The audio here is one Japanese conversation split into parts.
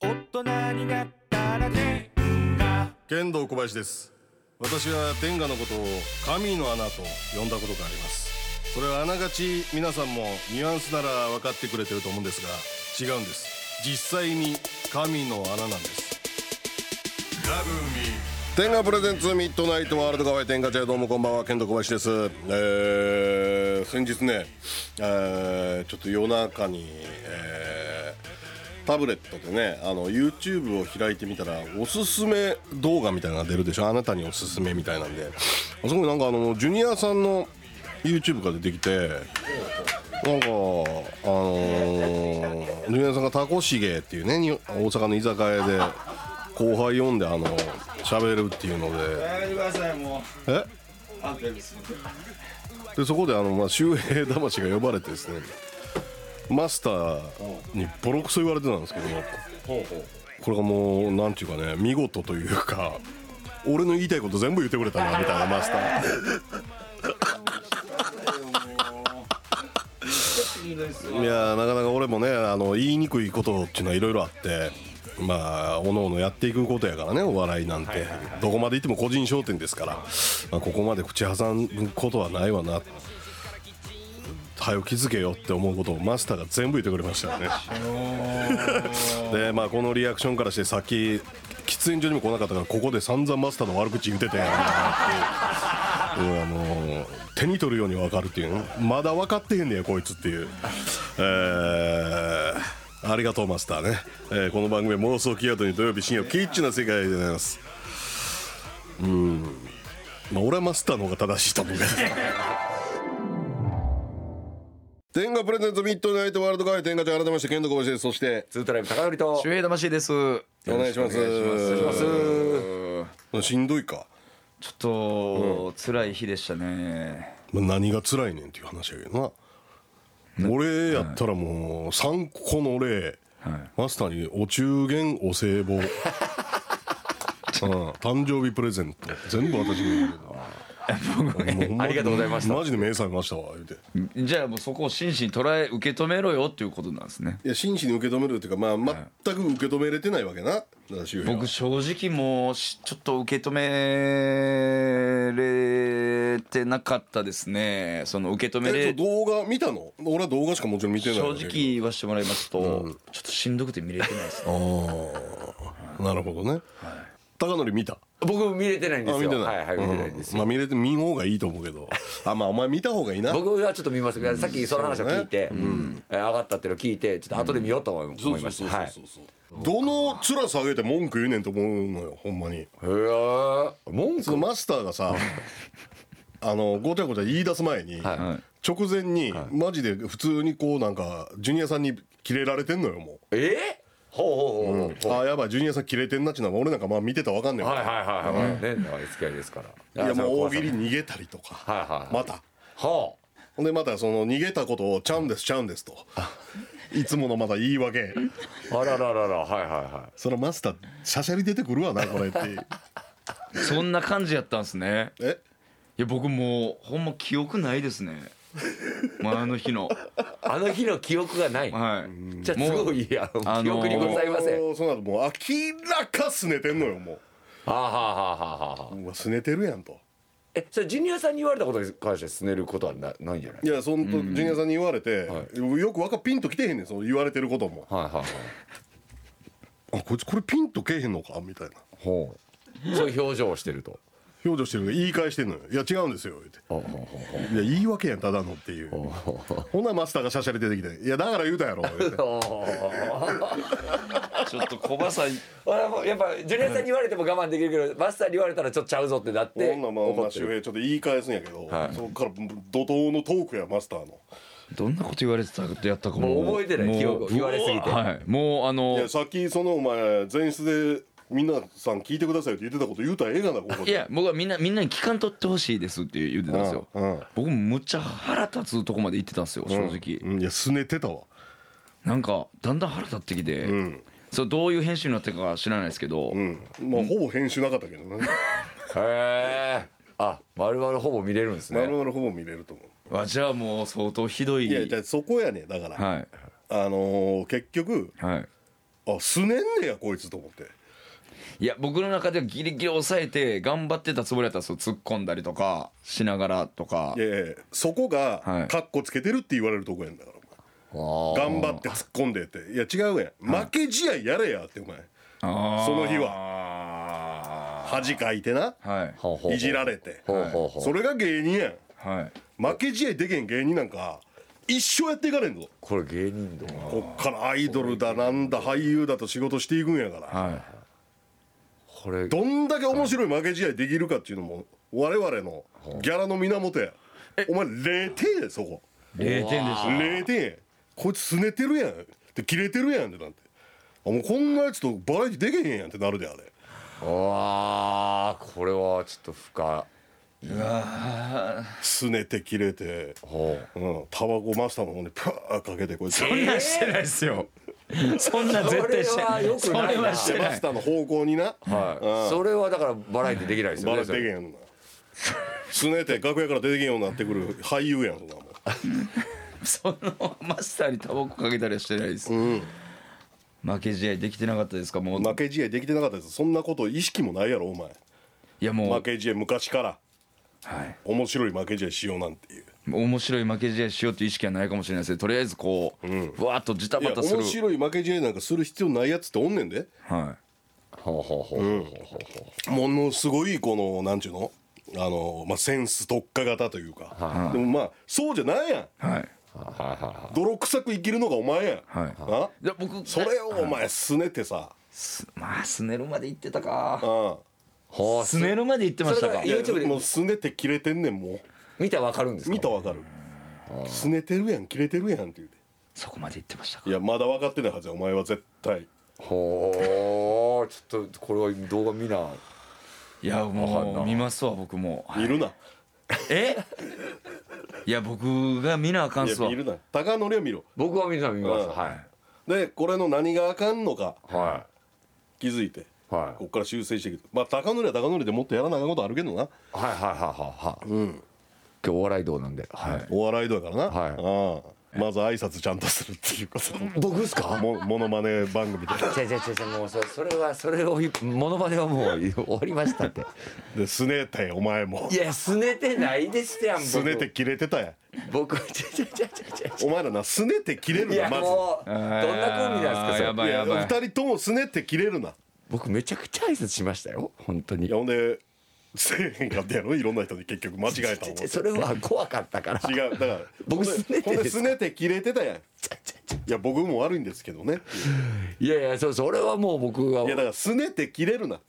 人になったら天下剣道小林です私は天下のことを神の穴と呼んだことがありますそれはあながち皆さんもニュアンスなら分かってくれてると思うんですが違うんです実際に神の穴なんです天下プレゼンツミッドナイトワールドカフェ天下茶屋どうもこんばんは剣道小林ですえー、先日ね、えー、ちょっと夜中に、えー、タブレットでねあの YouTube を開いてみたらおすすめ動画みたいなのが出るでしょあなたにおすすめみたいなんであそこになんかあのジュニアさんの YouTube が出てきてなんかあのー、ジュニアさんがタコシゲっていうねに大阪の居酒屋で後輩呼んであの喋るっていうのでやめてくださいもえうあんたですでそこであの、まあ、周平魂が呼ばれてですねマスターにボロクソ言われてたんですけどこれがもうなんていうかね見事というか俺の言いたいこと全部言ってくれたなみたいなマスターいいですいやーなかなか俺もねあの言いにくいことっていうのはいろいろあってまあおのおのやっていくことやからねお笑いなんて、どこまで行っても個人商店ですから、まあ、ここまで口挟むことはないわな早く気づけよって思うことをマスターが全部言ってくれましたよねでまあこのリアクションからしてさっき喫煙所にも来なかったからここで散々マスターの悪口言っててうんあの手に取るように分かるっていうねまだ分かってへんねやこいつっていう、えーありがとうマスターね、えーこの番組は妄想キーアートに土曜日深夜キッチンな世界でございますうんまあ俺はマスターの方が正しいと思うけど 天下プレゼントミッドナイトワールドカフェ天下ちゃん改めまして剣道小林ですそしてツートライブ高則と周平魂です。お願いしますしんどいか、ちょっと、辛い日でしたね。まあ、何が辛いねんっていう話やけどな俺やったらもう3個の例、マスターにお中元お歳 暮うん誕生日プレゼント全部私に言うけどありがとうございましたマジで目覚めましたわ言うていじゃあもうそこを真摯に捉え、受け止めろよっていうことなんですね。や真摯に受け止めるっていうかまあ全く受け止めれてないわけなだから周平は僕正直もうしちょっと受け止めれてなかったですね。その受け止めえれそう動画見たの俺は動画しかもちろん見てない正わけ直言わせてもらいますと、ちょっとしんどくて見れてないですね。なるほどね、高則見た僕見れてないんですあ見よてない、はいはい見てないんですうんまあ見れて見ん方がいいと思うけどあまあお前見た方がいいな 僕はちょっと見ますけどさっきその話を聞いてえー上がったっていうのを聞いてちょっと後で見ようと思い思いましたはいどの面下げて文句言うねんと思うのよほんまにへー文そ句のマスターが さあのごちゃごちゃ言い出す前に、は直前に、マジで普通にこうなんかジュニアさんにキレられてんのよもえーほうほうほう、うああやばいジュニアさんキレてんなっちゅうのは俺なんかまあ見てたらわかんねん、はいはいはいはいね長い付き合いですからい、やもう大喜利は逃げたりとか、いはいまたはほんでまたその逃げたことをちゃうんですちゃうんですといつものまた言い訳ああららららはいはいはそのマスターしゃしゃり出てくるわなこれっていうそんな感じやったんですね。えいや僕もうほんま記憶ないですね。前の日の。いあの日の記憶がないはい。じゃあすごいああのーの記憶にございませんもうその後もう明らかすねてんのよもはあはあはあはあはあううわすねてるやんとえそれジュニアさんに言われたことに関してすねることはなないんじゃないいやそんとジュニアさんに言われて、はよくわかピンときてへんねんその言われてることもはいはいはいあこいつこれピンとけえへんのかみたいなほうそういう表情をしてると表情してるの言い返してんのよいや違うんですよ言うてほうほうほういや言い訳やんただのっていうほんならマスターがしゃしゃり出てきて「いやだから言うたやろ」言う てちょっと小葉さん、俺もやっぱジュニアさんに言われても我慢できるけど、マスターに言われたらちょっとちゃうぞってなってほんならまあま怒あって周る平ちょっと言い返すんやけど、はいそこから怒涛のトークやマスターのどんなこと言われてたってやったかもう覚えてないもう記憶言われすぎてはいもうあいのやさっきそのお前前室で皆さん聞いてくださいって言ってたこと言うたらええがなここいでや僕はみんなみんなに期間取ってほしいですって言ってたんですよ、うんうん僕もむっちゃ腹立つとこまで行ってたんですよ正直、うんいやすねてたわなんかだんだん腹立ってきて、んそれどういう編集になってるかは知らないですけど、うんまあほぼ編集なかったけど ねへえあ丸々ほぼ見れるんですまるねまるほぼ見れると思うわじゃあもう相当ひどいいやじゃあそこやねだからはいあのー結局はいあすねんねやこいつと思っていや僕の中ではギリギリ抑えて頑張ってたつもりだったんですよ突っ込んだりとかしながらとかいやいやそこはがいカッコつけてるって言われるとこやんだから頑頑張って突っ込んでっていや違うやん負け試合やれやってお前そのの日は恥かいてなはいほうほうほういじられてほうほうほうそれが芸人やんはい負け試合でけん芸人なんか一生やっていかれんぞこれ芸人だなこっからアイドルだなんだ俳優だと仕事していくんやからはいこれどんだけ面白い負け試合できるかっていうのも我々のギャラの源やお前0点やそこ0点です0点やこいつすねてるやんで切れてるやんってなってあもうこんなやつとバラエティでけへんやんってなるであれうわーこれはちょっと深すねて切れていほううんタバコマスターの方にプワーかけてこいつそんなんしてないですよ そんなん絶対してないそれは良くないそれなはしてマなスいターの方向になはいそれはだからバラエティできないですよバラねエテそィでけへれんやんなすねて楽屋から出てけんようになってくる俳優やんそんなもんそのマスターにタバコかけたりはしてないです負け試合できてなかったですかもう負け試合できてなかったですそんなこと意識もないやろお前いやもう負け試合昔からはい面白い負け試合しようなんていう面白い負け試合しようという意識はないかもしれないですけどとりあえずこう、ふわっとジタいバやタする面白い負け試合なんかする必要ないやつっておんねんではほうほうほうほうほうもほのすごいこのなんちゅうのあの、まあ、センス特化型というか、でもまあそうじゃないやんいはい泥臭く生きるのがお前やん、はいなで僕それをお前すねてさ、すまあスネルまで行ってたかうんうほうスネルまで行ってましたかそれが YouTube でもうすねて切れてんねんも見たらわかるんですうか見たわかるすねてるやん切れてるやんって言うてそこまで行ってましたかいやまだ分かってないはずやお前は絶対ほうちょっとこれは動画見ないやわかんもなう見ますわ僕も見るな、えいや僕が見なあかんいすやわ見るな高則は見ろ僕は見た見ますうんはでこれの何があかんのかいは気づいていはいこっから修正していくまあ高則は高則でもっとやらなあかんことあるけどなはいはいはいはいはい。うん。今日お笑い道なんで。はい。お笑いだからな、はいうんまず挨拶ちゃんとするっていうこと僕ですか。もモノマネ番組で違う違う違うもうそそれはそれをモノマネはもう終わりましたって。で「すねてお前もいやすねてないですやん。」僕すねて。切れてたやん僕違 う違う違う違うお前らなすねて切れ違う。いるやなまずもうどんなコンビなんですかあーやそれ。ばいやばい2人ともすねて切れるな僕めちゃくちゃ挨拶しましたよ本当に。いやほんでせえへんかったやろいろんな人に結局間違えたもん違う違うそれは怖かったから。 違うだから僕ほんですねてほんですねて切れてたやんい違う違うや僕も悪いんですけどね いやいやそうそれはもう僕がいやだからすねて切れるな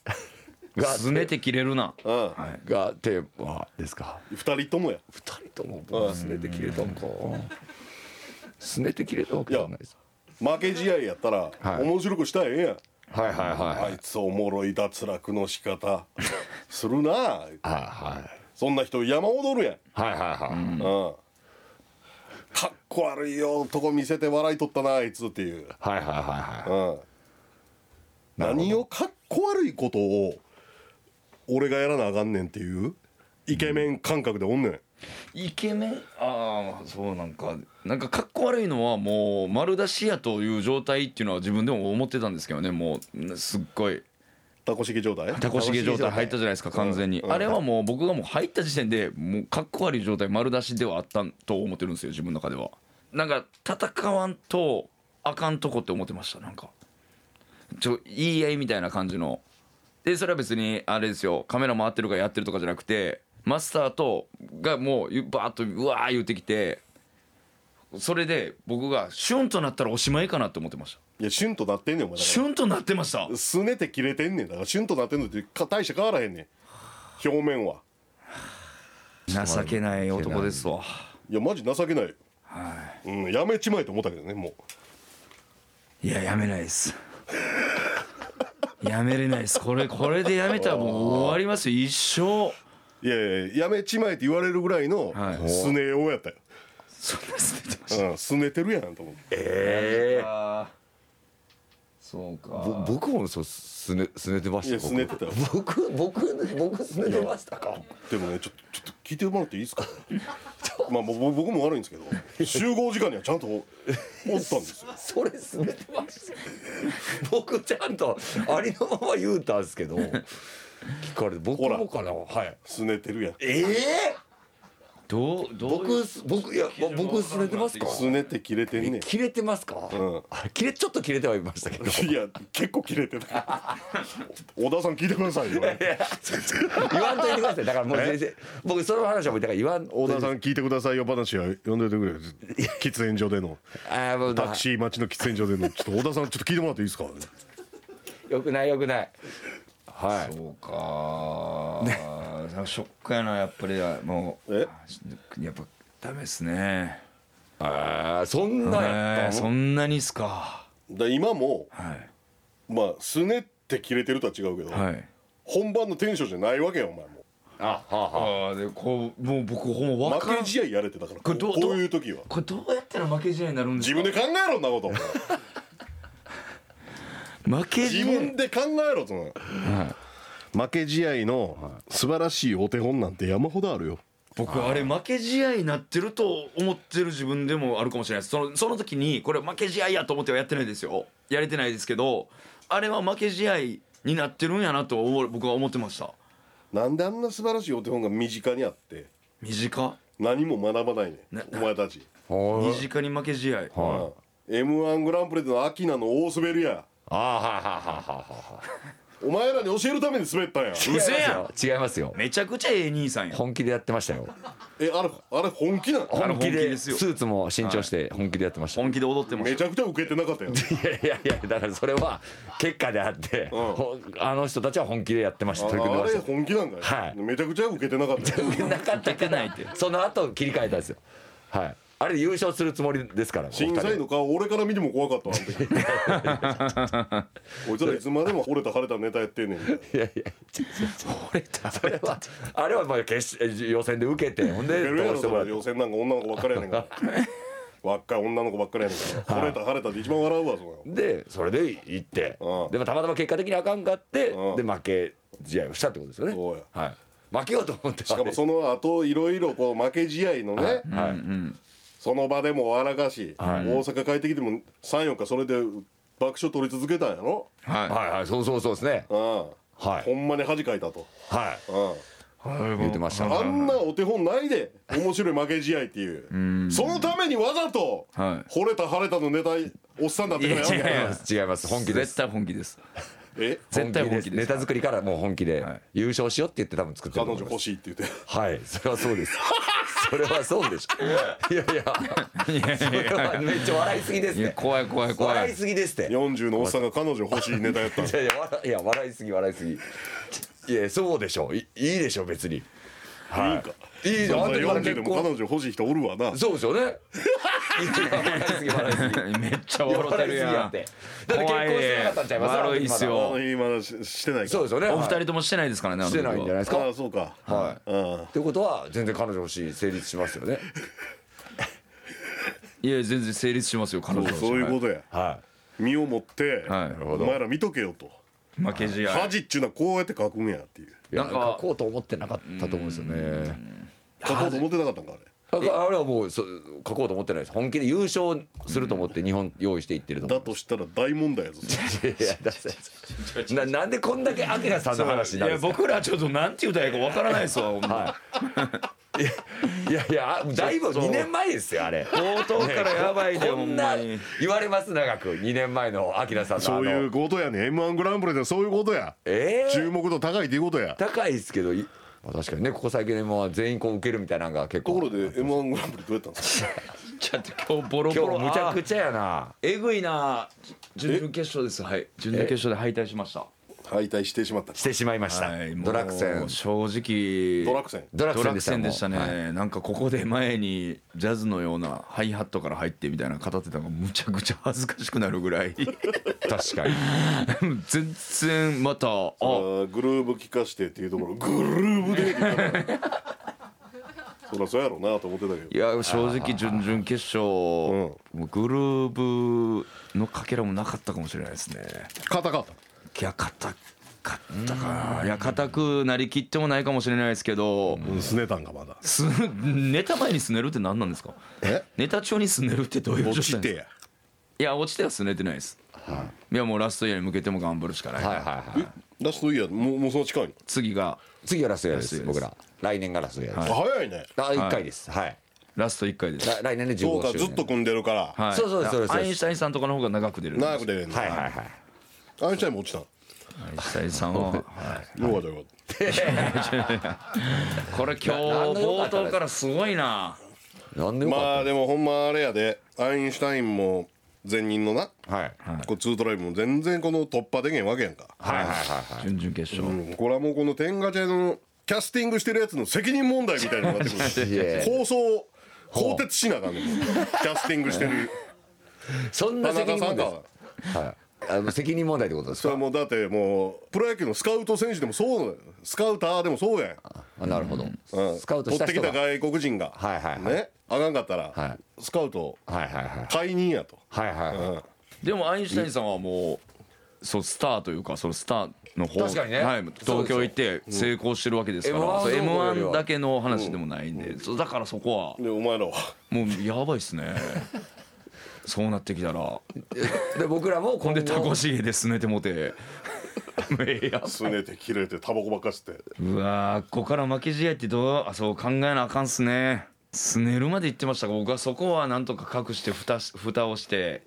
がすねて切れるなうん、がテーマですか。 2人ともや二人とも僕すねて切れたんか。すねて切れたわけじゃないです。負け試合やったら、はい面白くしたらええやんはいはいはいはあいいつおもろい脱落の仕方するなはいそんな人山ほどおるやん、はいはいはいはいうん、かっこ悪いよとこ見せて笑いとったなあいつっていう、はいはいはいはうん、なるほど何をかっこ悪いことを俺がやらなあかんねんっていうイケメン感覚でおんねん、イケメンああそうなんかなんかかっこ悪いのはもう丸出しやという状態っていうのは自分でも思ってたんですけどねもうんすっごいタコ式状態タコしげ状態入ったじゃないですか完全に、あれはもう僕がもう入った時点でもうかっこ悪い状態丸出しではあったと思ってるんですよ自分の中ではなんか戦わんとあかんとこって思ってましたなんかちょ言い合いみたいな感じのでそれは別にあれですよカメラ回ってるからやってるとかじゃなくてマスターとがもうバーッとうわー言ってきてそれで僕がシュンとなったらおしまいかなって思ってましたいやシュンとなってんねんお前だシかュンとなってましたらすねて切れてんねんだからシュンとなってんのってか大して変わらへんねん表面は情けない男ですわいやマジ情けないよ、うん、やめちまえと思ったけどねもいややめないですやめれないですこれこれでやめたらもう終わりますよ一生ういやいややめちまえって言われるぐらいのはいすねようやったよ、そんな捨ててまうん、すねてるやんと思ってええたそうか僕もそうすねすねてまいやしたすねてたよ僕僕僕僕すねてましたか でもねちょっとちょっと聞いてもらっていいですかまあぼぼ僕も悪いんですけど集合時間にはちゃんとおったんですよそれすべてました僕ちゃんとありのまま言うたんですけど聞かれて僕ほらもかなはいすねてるやんええどうどう僕す僕いやぼ僕すねてますかすねて切れてんねん切れてますか、うんあ切れちょっと切れてはいました けどいや結構切れてた小田さん聞いてくださいよ言わんといてくださいだからもう全然僕その話はもうだから言わん小田さん聞いてくださいよ話は呼んでてくれよ喫煙所でのああもうタクシー待ちの喫煙所でのちょっと小田さんちょっと聞いてもらっていいですかよくないよくないはいそうかーなんかショックやなやっぱりもうえやっぱダメですねああそんなんやったえーそんなにっすかだ今もはいまあすねって切れてるとは違うけど、はい本番のテンションじゃないわけよお前もあはあはあああでこうもう僕ほんま分か負らんけ試合やれてだからここれうどうこういう時はこれどうやったら負け試合になるんです自か分で考えろんなこと負け試 自合分で考えろそのはい負け試合の素晴らしいお手本なんて山ほどあるよ僕あれ負け試合になってると思ってる自分でもあるかもしれないですそのその時にこれ負け試合やと思ってはやってないですよやれてないですけどあれは負け試合になってるんやなと思う僕は思ってましたなんであんな素晴らしいお手本が身近にあって身近何も学ばないねなお前たち、身近に負け試合は m 1グランプリでのアキナの大滑りやああはいはいはいはいはいお前らに教えるために滑 ったんや嘘やん違いますよ違いますよめちゃくちゃええ兄さんや本気でやってましたよえあれあれ本気なのあの本気本気でですスよーツも新調して本気でやってました、本気で踊ってまめしちゃくちゃ受けてなか ったやんいやいやいやだからそれは結果であって、ほあの人たちは本気でやってました取り組んあでれまし本気なんだよ、はいめちゃくちゃ受けてなかったよたなかったたないってらその後切り替えたんですよはいあれ優勝するつもりですから審査員の顔俺から見ても怖かったわあの時 こいつらいつまでも折れた晴れたネタやってんねんみたいないやいや俺だそれはあれはまあ決し予選で受けてほんでベルどやろうしてそもらっれて予選なんか女の子ばっかりやねん から若い女の子ばっかりやねんから折れた晴れたで一番笑うわそれでそれで行ってうんでもたまたま結果的にあかんかってうんで負け試合をしたってことですよねそうやはい負けようと思ってしかもその後いろいろこう負け試合のね、はいその場でも笑かし、はい大阪帰ってきても34日それで爆笑取り続けたんやろ、ははいはいそうそうそうですねうんはいほんまに恥かいたと、はいうんい言ってましたあんなお手本ないで面白い負け試合っていうそのためにわざと「は惚れた晴れた」のネタおっさんだってからやいるや違います違います本気です絶対本気ですえ絶対本気ですネタ作りからもう本気ではい優勝しようって言って多分作って彼ると女思います欲しいって言ってはいそれはそうですそれはそうでしょいやいやそれはめっちゃ笑いすぎですいやね怖い怖い怖笑いいすぎですって40のおっさんが彼女欲しいネタやったんいやいや笑いいや笑いすぎ笑いすぎいやそうでしょいいいでしょ別にはいいいかいいじゃんあんたから40で結も彼婚女欲しい人おるわなそうですよねいや笑いすぎ笑いす ぎめっちゃいや笑って笑るいすぎややんってだって結婚してなかったんちゃいます怖い悪いっすよあの日まだししてないかそうですよねお二は人ともしてないですからねあいのし時てはないんじゃないですあかあそうかはうんいということは全然彼女欲しい成立しますよねいや全然成立しますよ彼そ女うそういうことやは身をもって、はいなるほどお前ら見とけよとと負け試合恥っちゅうのはこうやって書くんやっていういいやななんんかか書こうと思ってなかったと思うんですよね書こうと思ってなかったんかあだからあれはもうそ書こうと思ってないです本気で優勝すると思って日本用意していってるとれ思だうとしたら大問題やぞいやだってななんでこんだけアキラさんの話にいなるんやですか僕らちょっとなんて言うたらいいかわからないですわほんまいやいやあだいぶ2年前ですよあれ冒頭からやばいでこほんんまなに言われます長く2年前のアキラさんのあ そのういうことやね m 1グランプリではそういうことやええ注目度高いっていうことや高いですけどいまあ確かにねここ最近でも全員こう受けるみたいなのが結ところ構で m 1グランプリどうやったんですかちょっと今日ボロボ今ロ日むちゃあーくちゃやなえぐいな準々決勝ですはい準々決勝で敗退しました敗退してしまったしてしまいましたはいもうドラッグ戦正直ドラクセンドラッドラッググ戦戦ででししたたもねうはいなんかここで前にジャズのようなハイハットから入ってみたいな語ってたのがむちゃくちゃ恥ずかしくなるぐ らい確かに全然またああーグルーブ聞かしてっていうところグルーブでって 言ったからそりゃそうやろうなと思ってたけどいや正直準々決勝、もうグルーブのかけらもなかったかもしれないですね硬かっいや硬かっったかないや固くなりきってもないかもしれないですけどうんすねたんかまだすネタ前にすねるって何なんですかえネタ中にすねるってどういう落状ち態てやいや落ちてはすねてないです、い、やもうラストイヤーに向けても頑張るしかない、はいはいはいラストイヤーもうもうその近いの次が次がラストイヤーでラスすトイヤー僕ですら来年がラストイヤーですあ早いねあ一回ですはいラスト1回です、ら来年でそうか15周ずっと年組んでるから、はい、そうそうですそうですアインシュタインさんとかの方が長く出る長く出れんの、はいはいはいアインシュタインも落ちたのアインシュタインさんは、はいよかったよかっこれ今日ななんの良冒かったです頭からすごいななんでたよかまっあでもほんまあれやでアインシュタインも前任のなたはいはいこうツートライブも全然この突破できへんわけやんか、はいはいはい準々決勝、うんこれはもうこの天下茶屋のキャスティングしてるやつの責任問題みたいになってくるいや放送更迭しなあかんねんもうキャスティングして るそんな田責中任さん問題かはいあの責任問題ってことですそれかはもうだってもうプロ野球のスカウト選手でもそうだよスカウターでもそうやんあなるほどうんスカウトした人取ってきたが外国人が、はいはいはいねあかんかったら、はスカウトはいはいはい解任やと、はいはいはいでもアインシュタインさんはもうそうスターというかそのスターの方確かにねはい、東京行って成功してるわけですから M1 そうどうこうよりは M1 だけの話でもないんで、そうだからそこはでお前らはもうやばいっす ねそうなってきたらで僕らもほ今んでタコ後しげで拗ねても てもうええやすねて切れてタバコばっか吸ってうわーここから負け試合ってどうあそう考えなあかんっすねすねるまで言ってましたが僕はそこはなんとか隠して蓋し蓋をして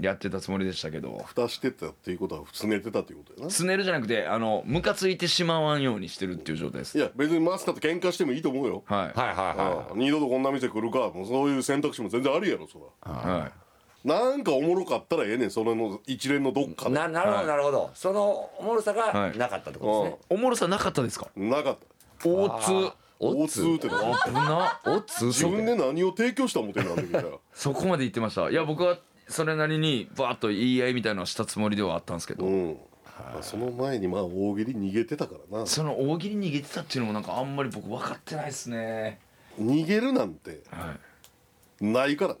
やってたつもりでしたけど蓋してたっていうことはすねてたっていうことやなすねるじゃなくてあのムカついてしまわんようにしてるっていう状態ですいや別にマスターと喧嘩してもいいと思うよ、はいはいはいはうん二度とこんな店来るかもうそういう選択肢も全然あるやろそらはなんかおもろかったらええねんそれの一連のどっかいでななるほどなるほどそのおもろさはがいなかったってことですねいおもろさなかったですかなかった大津お大つ津ってな危なおつ自分で何を提供した思てんのあの時じゃそこまで言ってましたいや僕はそれなりにバーッと言い合いみたいなのはしたつもりではあったんですけど、うんまあその前にまあ大喜利逃げてたからなその大喜利逃げてたっていうのもなんかあんまり僕分かってないですね逃げるなんてはいないから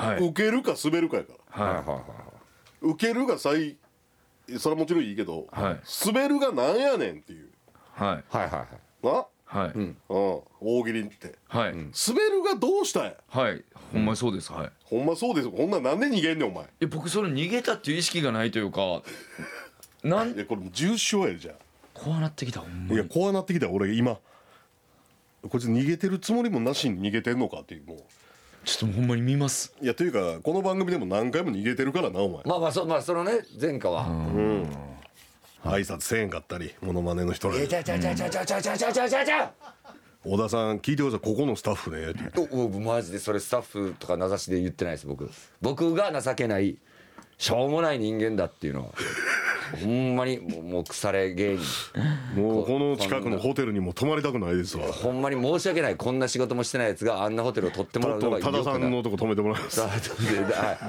な、はい受けるか滑るかやからはいははいはい受けるが最それはもちろんいいけど、はい滑るがなんやねんっていういはいはいはいはいな、はい、うん、大喜利ってはい、滑るがどうしたんやはいほんまにそうですはいほんまそうですこんなんなんで逃げんねんお前え僕それ逃げたっていう意識がないというかなんいやこれ重症やでじゃあこうなってきたほんまいにや怖なってきた俺今こいつ逃げてるつもりもなしに逃げてんのかっていうもうちょっとほんまに見ますいやというかこの番組でも何回も逃げてるからなお前まあまあそまあそのね前科は挨拶せえんかったりモノマネの人らえにちゃちゃちゃちゃちゃちゃちゃちゃちゃちゃちゃ小田さん聞いてくださいここのスタッフねって言っておおマジでそれスタッフとか名指しで言ってないです僕僕が情けないしょうもない人間だっていうのはほんまにもうもう腐れ芸人もうこの近くのホテルにも泊まりたくないですわほんまに申し訳ないこんな仕事もしてないやつがあんなホテルを取ってもちらょうっのとが多田良くなさいんのとこ泊めてもらいますさ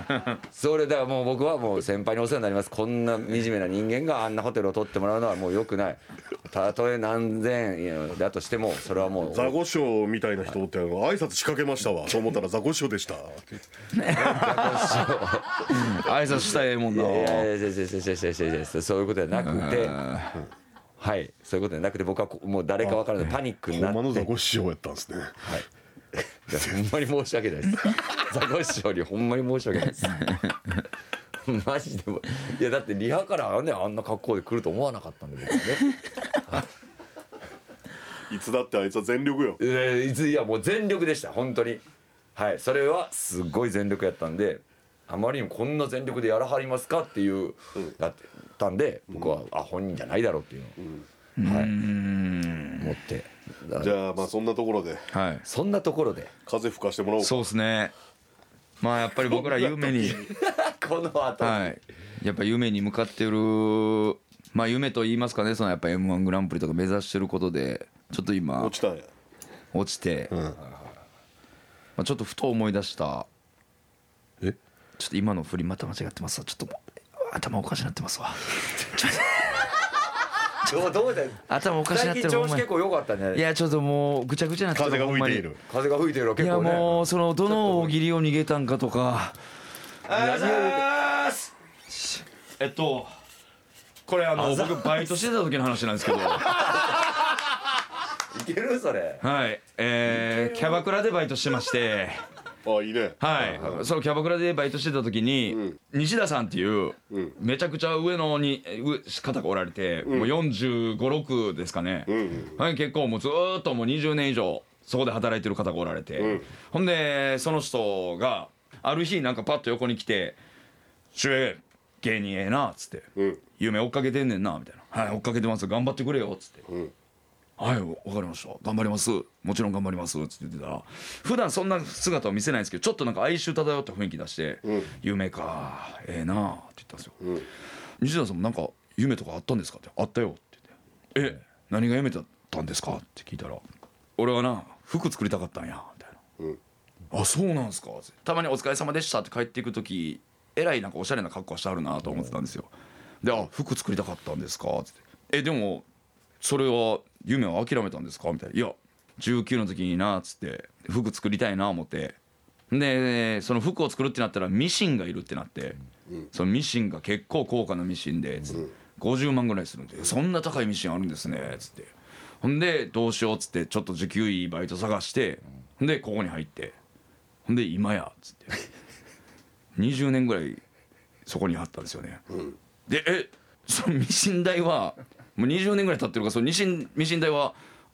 あはいそれだからもう僕はもう先輩にお世話になりますこんな惨めな人間があんなホテルを取ってもらうのはもう良くないたとえ何千円だとしてもそれはもうザコショウみたいな人おって挨拶仕掛けましたわと思ったらザコショウでした挨拶したらええもんいなやいやいやいやいやいやいやいやそういうことじゃなくてはいそういうことじゃなくて僕はこもう誰か分からないパニックになほっんてまほのんザコショウやったんですねまに申し訳 ないですザコシショウにほんまに申し訳ないです マジでもいやだってリハからねあんな格好で来ると思わなかったんで僕はねいつだってあいつは全力よえーいついやもう全力でした本当にはいそれはすごい全力やったんであまりにもこんな全力でやらはりますかっていうやってたんで僕はあ本人じゃないだろうっていうのをはい思ってだからじゃあまあそんなところではいそんなところで 風吹かしてもらおうかそうですねまあやっぱり僕ら夢にこの後にはいやっぱ夢に向かってるまあ夢と言いますかねそのやっぱ m 1グランプリとか目指してることでちょっと今落ちたんや落ちて、まあ、ちょっとふと思い出したえちょっと今の振りまた間違ってますわちょっともう頭おかしなってますわ どうどうだよ頭おかしなっ最て近るほ調ん子まに結構良かったいねやちょっともうぐちゃぐちゃになって風たがほん吹いまてにいる風が吹いてるよい結や構ねもうそのどの大喜利を逃げたんかとか何を言うてえっとこれああの僕僕バイトしてた時の話なんですけどいけるそれはいえーキャバクラでバイトしてましてあいいねはいそうキャバクラでバイトしてた時に、西田さんっていう、めちゃくちゃ上のにえ上方がおられて、もう4 5 6ですかね、はい、結構もうずーっともう20年以上そこで働いてる方がおられて、ほんでその人がある日なんかパッと横に来て「主演芸人ええな」っつって、夢追っかけてんねんな」みたいな「はい追っかけてます頑張ってくれよ」っつって。はい、わかりました。頑張ります。もちろん頑張ります。って言ってたら、普段そんな姿を見せないんですけど、ちょっとなんか哀愁漂った雰囲気出して、夢か、ええなあって言ったんですよ。西田さんもなんか夢とかあったんですかって、あったよって言って、え、何が夢だったんですかって聞いたら、俺はな、服作りたかったんや、みたいな。あそうなんすかたまに「お疲れ様でした」って帰っていく時えらいなんかおしゃれな格好してあるなと思ってたんですよで「あ服作りたかったんですか」つって「えでもそれは夢は諦めたんですか?」みたいな「いや19の時にな」っつって服作りたいな思ってでその服を作るってなったらミシンがいるってなって、そのミシンが結構高価なミシンで、つって50万ぐらいするんで「そんな高いミシンあるんですね」つってほんでどうしようっつってちょっと時給いいバイト探してほんでここに入ってほんで今やっつって20年ぐらいそこにあったんですよね、でえそのミシン代はもう20年ぐらい経ってるからそのミシンミシン代は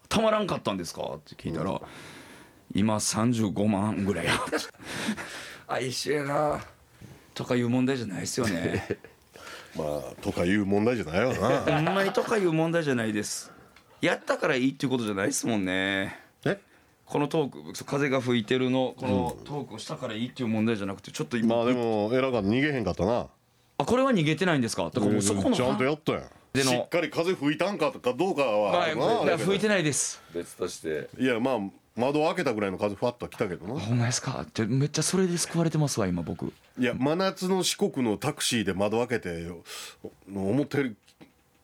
たまらんかったんですかって聞いたら、今35万ぐらいや哀愁やなとかいう問題じゃないですよねまあとかいう問題じゃないわな ほんまにとかいう問題じゃないですやったからいいっていうことじゃないですもんねえこのトーク風が吹いてるのこのトークをしたからいいっていう問題じゃなくてちょっと今、まあでもエラが逃げへんかったなあこれは逃げてないんですかだからもうそこのちゃんとやったやんでのしっかり風吹いたんかとかどうかははい、なあいや吹いてないです別としていやまあ窓開けたぐらいの風ふわっと来たけどなほんまですかってめっちゃそれで救われてますわ今僕いや真夏の四国のタクシーで窓開けてお思ったより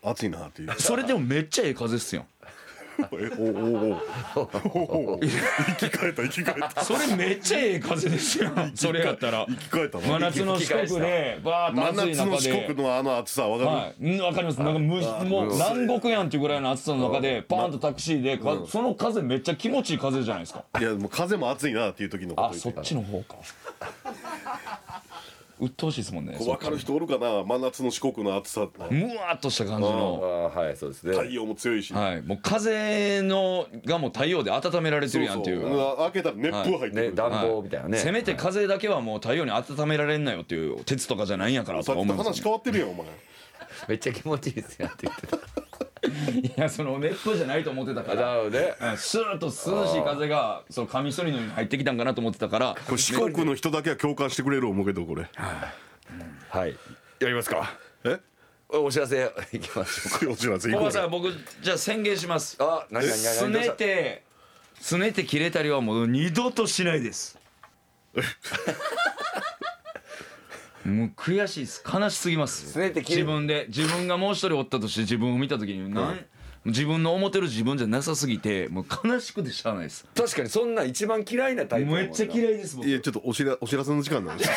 暑いな っていうそれでもめっちゃええ風っすよえおおおおおお生き返った生き返ったそれめっちゃええ風ですよそれやったら生き返った真な夏の四国でバー真ッと暑い夏の中四国でのあの暑さわかる、はい、うんわかりますなんかむもう南国やんっていうぐらいの暑さの中でパーンとタクシーでかその風めっちゃ気持ちいい風じゃないですかい、やもう風も暑いなっていう時のことあ言そっってちの方 か鬱陶しいですもんね分かる人おるかな真夏の四国の暑さってむわっとした感じあのーはいそうですね太陽も強いし、はいもう風のがもう太陽で温められてるやんっていうそう開けたら熱風入ってくねる、暖房みたいなね、せめて風だけはもう太陽に温められんなよっていう鉄とかじゃないんやからとさっかき思といます話よ変わってるやんお前めっちゃ気持ちいいですよって言ってたね、いやその熱風じゃないと思ってたかあらなるほどねうんスーッと涼しい風がそのカミソリのように入ってきたんかなと思ってたからこれ四国の人だけは共感してくれる思うけどこれはいやりますかえお知らせいきましょうお知らせい小こう川さん僕じゃあ宣言しますあ何何す何何ねてすねて切れたりはもう二度としない ですもう悔しいです悲しすぎますねて切れ自分で自分がもう一人おったとして自分を見た時になん、自分の思ってる自分じゃなさすぎてもう悲しくてしゃあないです確かにそんなん一番嫌いなタイプやもんめなっちゃ嫌いです僕いやちょっとお知らお知らせの時間なん です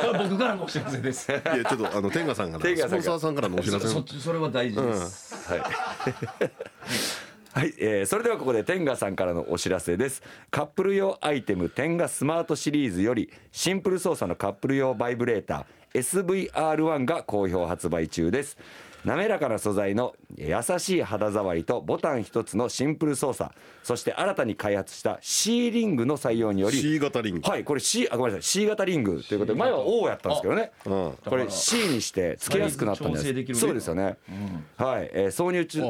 これ僕からのお知らせですいやちょっとあの天下さんから天下さスポンんからサーさんからのお知らせそそそれは大事です、はい、えーそれではここで天ガさんからのお知らせですカップル用アイテム天ガスマートシリーズよりシンプル操作のカップル用バイブレーター SVR1 が好評発売中です滑らかな素材の優しい肌触りとボタン一つのシンプル操作そして新たに開発した C リングの採用により C 型リングはいこれ C あごめんなさい C 型リングということで前は O やったんですけどね、これ C にしてつけやすくなったんでサイズ調整できするねそうですよね、はい、えー挿入中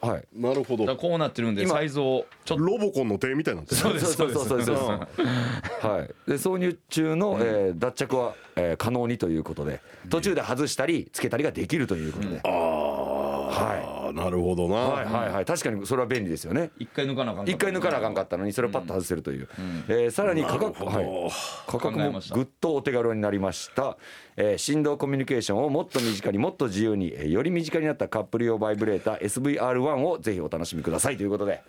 はいなるほだからどこうなってるんで今サイズをちょっとロボコンの手みたいになってるそうですそうそうそうそうそう。はい。で挿入中の、えー脱着は、えー可能にということで、途中で外したりつけたりができるということで。はああなるほどな、い。はいはいはい。確かにそれは便利ですよね。一回抜かなあかん一回抜かなあかんかったのにそれをパッと外せるという、えーさらに価格,、はい、価格考えもましたぐっとお手軽になりました、えー振動コミュニケーションをもっと身近にもっと自由に、えーより身近になったカップル用バイブレーター SVR1 をぜひお楽しみくださいということで、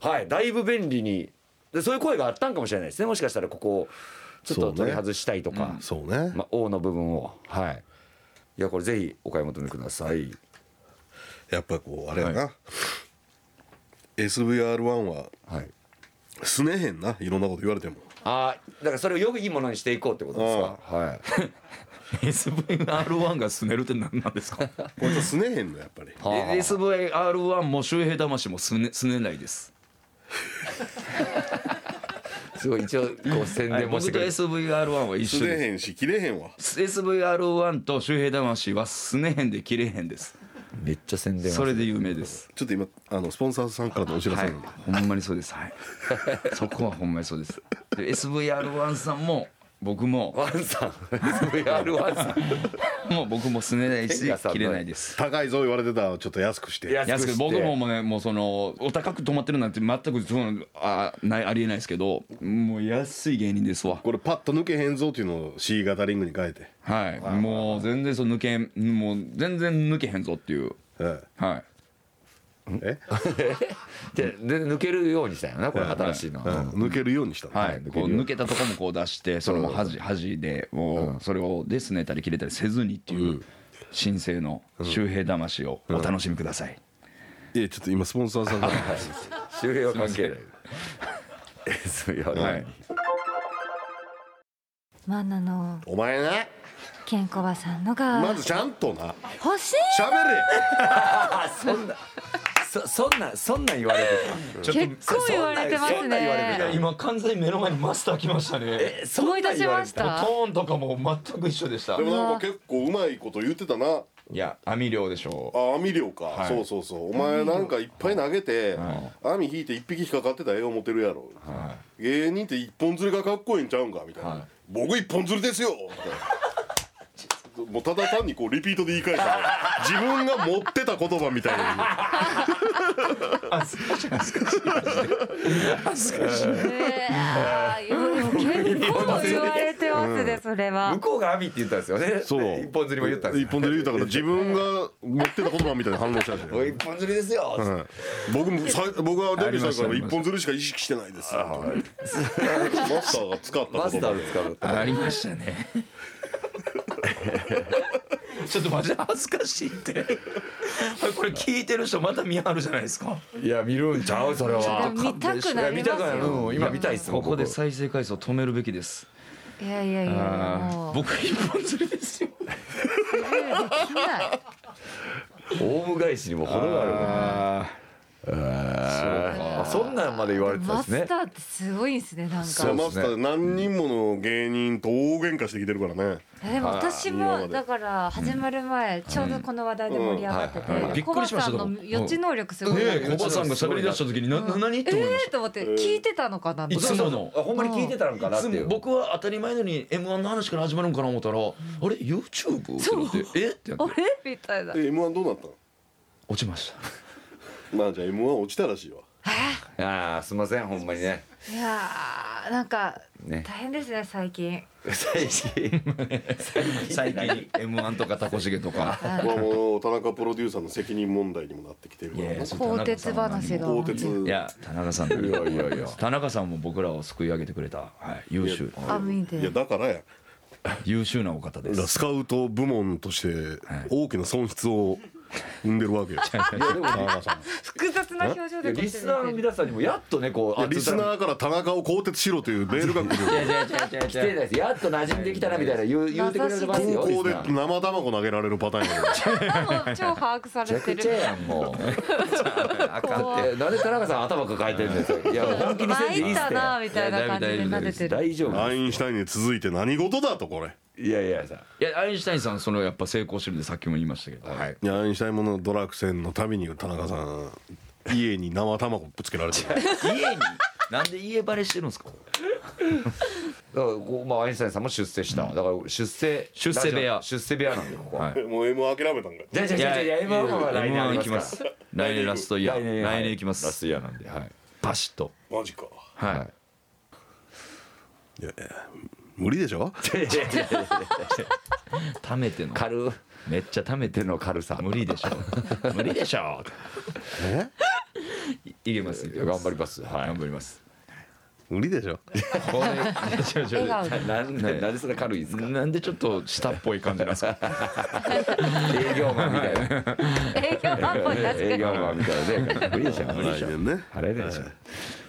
はい、だいぶ便利にでそういう声があったんかもしれないですねもしかしたらここをちょっそうとね取り外したいとか、 そうね、まあ、O の部分をはいいやこれぜひお買い求めくださいやっぱこうあれやな、SVR1 ははいすねへんないろんなこと言われてもああだからそれをよくいいものにしていこうってことですかはい SVR1 がすねるって何なんですかこいつはすねへんのやっぱりはあ SVR1 も周平魂もすねすねないです すごい一応こう宣はい伝もし僕てとくれて SVR1 は一す緒ねでへんし切れへんわす SVR1 と周平魂はすねへんで切れへんですめっちゃ宣伝をそれで有名ですちょっと今あのスポンサーさんからのお知らせはないんで、、ほんまにそうです。はい。そこはほんまにそうです。で SVR1 さんも僕もワンさん SVR ワンさんもう僕もすねないし天下さんの切れないです。高いぞ言われてたらちょっと安くして安く僕ももうねもうそのお高く泊まってるなんて全くそのあないありえないですけどもう安い芸人ですわこれパッと抜けへんぞっていうのを C 型リングに変えて、はいもう全然その抜けんもう全然抜けへんぞっていうえはいええでで抜けるようにしたよなこれ新しいの、うん抜けるようにしたのはい、抜けるこうように抜けたとこもこう出してそれも恥恥でもうそれをですねたり切れたりせずにっていう新生の周平魂をお楽しみください、いやちょっと今スポンサーさんから周平は関係ない SVR ワンはいマナのお前なケンコバさんのがまずちゃんとな欲しい喋れあそんなそそんなそんなん言われて結構言われてますそんなん言われてねた今完全に目の前にマスター来ましたねえそん思いな出んし言わまれしてたたーンとかも全く一緒でしたでもなんか結構うまいこと言ってたなうんいや網漁でしょあ網漁か、いそうそうそうお前なんかいっぱい投げて、網引いて一匹引っかかってたらええ思ってるやろ、芸人って一本釣りがかっこいいんちゃうんかみたいな、はい僕一本釣りですよみたいなもうただ単にこうリピートで言い返したね自分が持ってた言葉みたいなえーいやでも結構言われてますねそれは向こうが網って言ったんですよねで一本釣りも言ったんですよ一本釣り言ったから自分が持ってた言葉みたいな反応したし、おい一本釣りですよ、うん僕もさい僕はデビューしたから一本釣りしか意識してないですマスターが使ったマス言ター葉を使うありましたね ちょっとマジで恥ずかしいってこれ聞いてる人また見張るじゃないですかいや見るんちゃうそれは見たくなり見またすくなるようん今見たいっすもこんこで再生回数を止めるべきですいやいやいやもう僕一本釣りですよできないオウム返しにも程があるもんあそんなんまで言われてたんマですねスターってすごいんですねなんそうかマスター何人もの芸人と大喧嘩してきてるからねでも私今まもでだから始まる前ちょうどこの話題で盛り上がってうんはいてコバさんの予知能力すごいなねえ小バさんが喋り出した時にな何って思いまえしーと思って聞いてたのかなといつものあほんまに聞いてたのかなってたいう僕は当たり前のように M1 の話から始まるんかな思ったらあれ YouTube ってなってえってなあってれみたいなえ m 1どうなった落ちましたのまあじゃあ m 1落ちたらしいわああすいませんほんまに ねいやーなんかね大変ですね最近最近最近 M1 とかタコシゲとかこれはもう田中プロデューサーの責任問題にもなってきてるからね鋼鉄話が鋼鉄いや田中さんいやいやいや田中さんも僕らを救い上げてくれた、はい、優秀網いやでだからや優秀なお方でだからすスカウト部門として大きな損失を生んでるわけよ複雑な表情でリスナーの皆さんにもやっとねこういやリスナーから田中を鋼鉄しろというメールが来る来てないですやっと馴染んできたなみたいな言う言うてくれてますよ高リス校でナー生卵投げられるパターンやけども超把握さめちれゃてくちゃるやん もうあかんってなんで田中さん頭抱えてるんですよいや本気にせんでい参いっすったなみたいな感じで撫でねてる大丈夫アインシュタインに続いて何事だとこれいやいやさいやアインシュタインさんそのやっぱ成功してるんでさっきも言いましたけど、はい、いやアインシュタインものドラクセンのために田中さん家に生卵ぶつけられてる家になんで家バレしてるんですかだからこうまあアインシュタインさんも出世しただから出世出世部屋出世部屋なんでここははい もう M 諦めたんかじゃあじゃあじゃあじゃあ M1 は来年あり M1 行きますまかす来年ラストイヤ来ー年来年行きまラスすトイヤーなんではいバシッとマジかはい、無理でしょ貯めての軽っめっちゃ貯めて手のの軽さ無理 でしょ無理でしょえいいけますいけ頑ます張りますはい頑張ります 無理でしょこれ違う違う違う笑顔で なんでなんでそんな軽いんですかなんでちょっと下っぽい感じなんですか営業マンみたいな営業マンっぽごい確かに笑顔が見たらねかっこいいでしょ無理でしょ来年ねあれでしょ、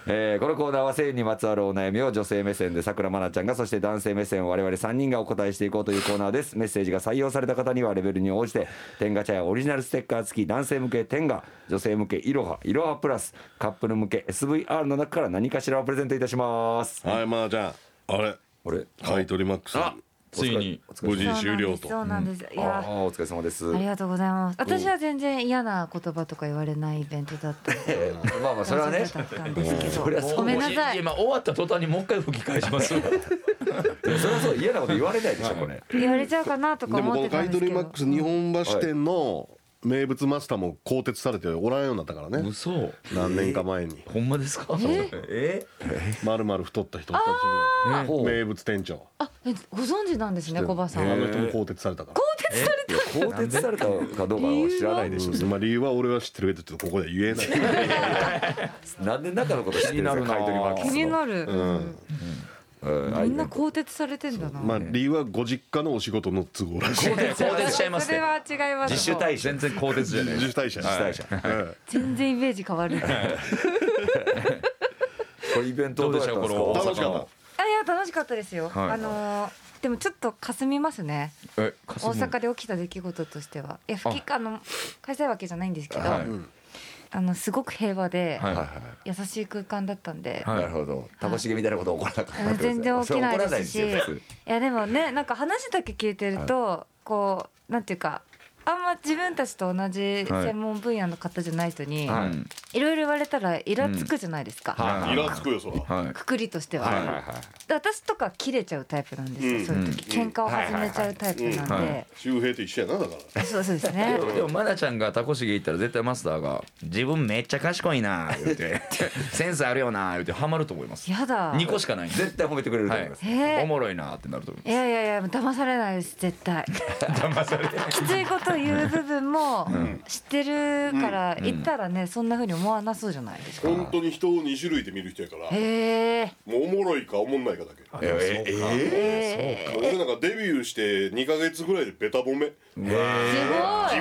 えーこのコーナーは性にまつわるお悩みを女性目線でさくらまなちゃんがそして男性目線を我々3人がお答えしていこうというコーナーですメッセージが採用された方にはレベルに応じて天ガチャやオリジナルステッカー付き男性向け天ガ女性向けいろはいろはプラスカップル向け SVR の中から何かしらをプレゼントいたしますはいまなちゃんあれあれ買い取りマックス あついにお疲れ無事終了とそうなんですそうなんですいあやーお疲れ様ですありがとうございます私は全然嫌な言葉とか言われないイベントだったんでえーまあまあそれはね大丈夫だったんですけどそれはそうごめんなさい今終わった途端にもう一回吹き返します。それはそう嫌なこと言われ ないでしょこれ言われちゃうかなとかでもこ思っのてた買いんです取けりマッどクス日本橋店の名物マスターも更迭されておらんようになったからね嘘。何年か前にほんまですか。えまるまる太った人おったでしあょ名物店長あえご存知なんですね小バさんあはの人も更迭されたから更迭されたかどうかは知らないでしょうんまあ理由は俺は知ってるけどちょっとここでは言 えないなんで中のこと知ってるんですか買い取りマックス気のになるうんみんな更迭されてんだなまあ理由はご実家のお仕事の都合らしいえ。肯定しちゃいますそれね。は違います自主退社全然肯定じゃない。自主退社自主退社え全然イメージ変わるあいやこれイベントどうやったんですかどうでしょうこの大阪の楽しかっ楽しかったですはよ、いあのーでもちょっとかすみますねえ、大阪で起きた出来事としてはいやあ吹きあの返せるわけじゃないんですけど、はいあのすごく平和で、はいはいはい優しい空間だったんで、はいなるほどたこしげみたいなこと起こらなかっあたの全然起きないですしそれ怒らないですよ普通いやでもねなんか話だけ聞いてると、こうなんていうかあんま自分たちと同じはい専門分野の方じゃない人に、はいうんい、ろいろ言われたらイラつくじゃないですか、えイラつくよそらはい。くくりとしては、はいはいはいで私とか切れちゃうタイプなんですよ、うんそういう時うん喧嘩を始めちゃうタイプなんで、はいはい周平と一緒やなだかそうそうで すねでもまなちゃんがタコシゲ行ったら絶対マスターが「自分めっちゃ賢いな」言う て「センスあるよな」言うてハマると思いますやだ2個しかないんで絶対褒めてくれるとは思いいますへーおもろいなってなると思いいやいやいや騙されないです絶対 ます騙されてきついこと言う部分も知ってるから言ったらねそんな風に思わなそうじゃないですから本当に人を2種類で見る人やからへえもうおもろいかおもんないかだけええええもう俺なんかデビューして2か月ぐらいでベタ褒めーす自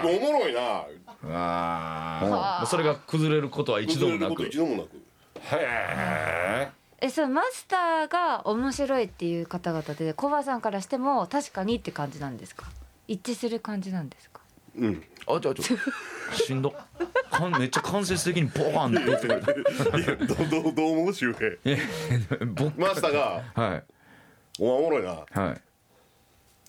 ごい分おもろいなああそれが崩れることは一度もるなことく一度もなく えそうマスターが面白いっていう方々でコバさんからしても確かにって感じなんですか一致する感じなんですかうんあちょ ちょしんどかんめっちゃ間接的にボーンって 言ってくいやどどうどう思う周平るボッマスターがはい「お前おもろいな」ってはい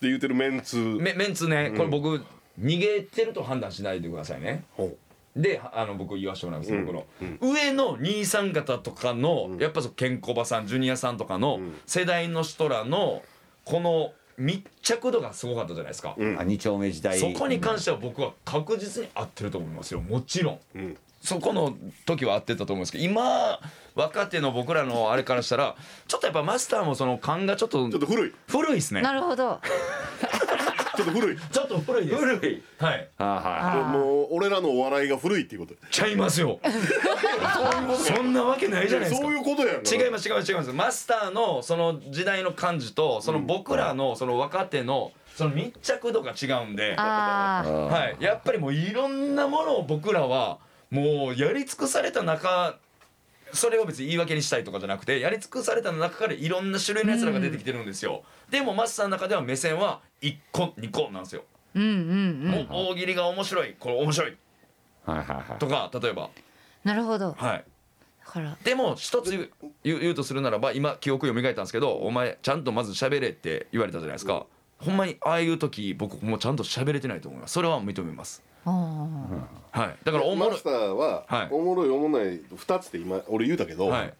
言うてるメンツメメンツねこれ僕、逃げてると判断しないでくださいねほであの僕言わせてもらいます、この上の兄さん方とかの、やっぱそのケンコバさんジュニアさんとかの世代の人らのこの密着度がすごかったじゃないですか、んあ二丁目時代そこに関しては僕は確実に合ってると思いますよもちろんううんそこの時は合ってたと思うんですけど今若手の僕らのあれからしたらちょっとやっぱマスターもその勘がちょっとちょっと古い古いですねなるほどちょっと古いちょっと古いです古いはいはあーもう俺らのお笑いが古いっていうことちゃいます よそんなわけないじゃないですかそういうことやんか違います違います違いますマスターのその時代の感じとその僕らのその若手のその密着度が違うん で、あいあははい、やっぱりもういろんなものを僕らはもうやり尽くされた中それを別に言い訳にしたいとかじゃなくてやり尽くされた中からいろんな種類のやつらが出てきてるんですよ、でもマスターの中では目線は1個2個なんですよ、うんうんうんもう大喜利が面白いこれ面白いはいはいはいとか例えばなるほどだはいからでも一つ言う言う言うとするならば今記憶蘇ったんですけど「お前ちゃんとまず喋れ」って言われたじゃないですか、ほんまにああいう時僕もうちゃんと喋れてないと思いますそれは認めますああはいだからおもマろいスターははいおもろいおもろない2つって今俺言うたけどはい、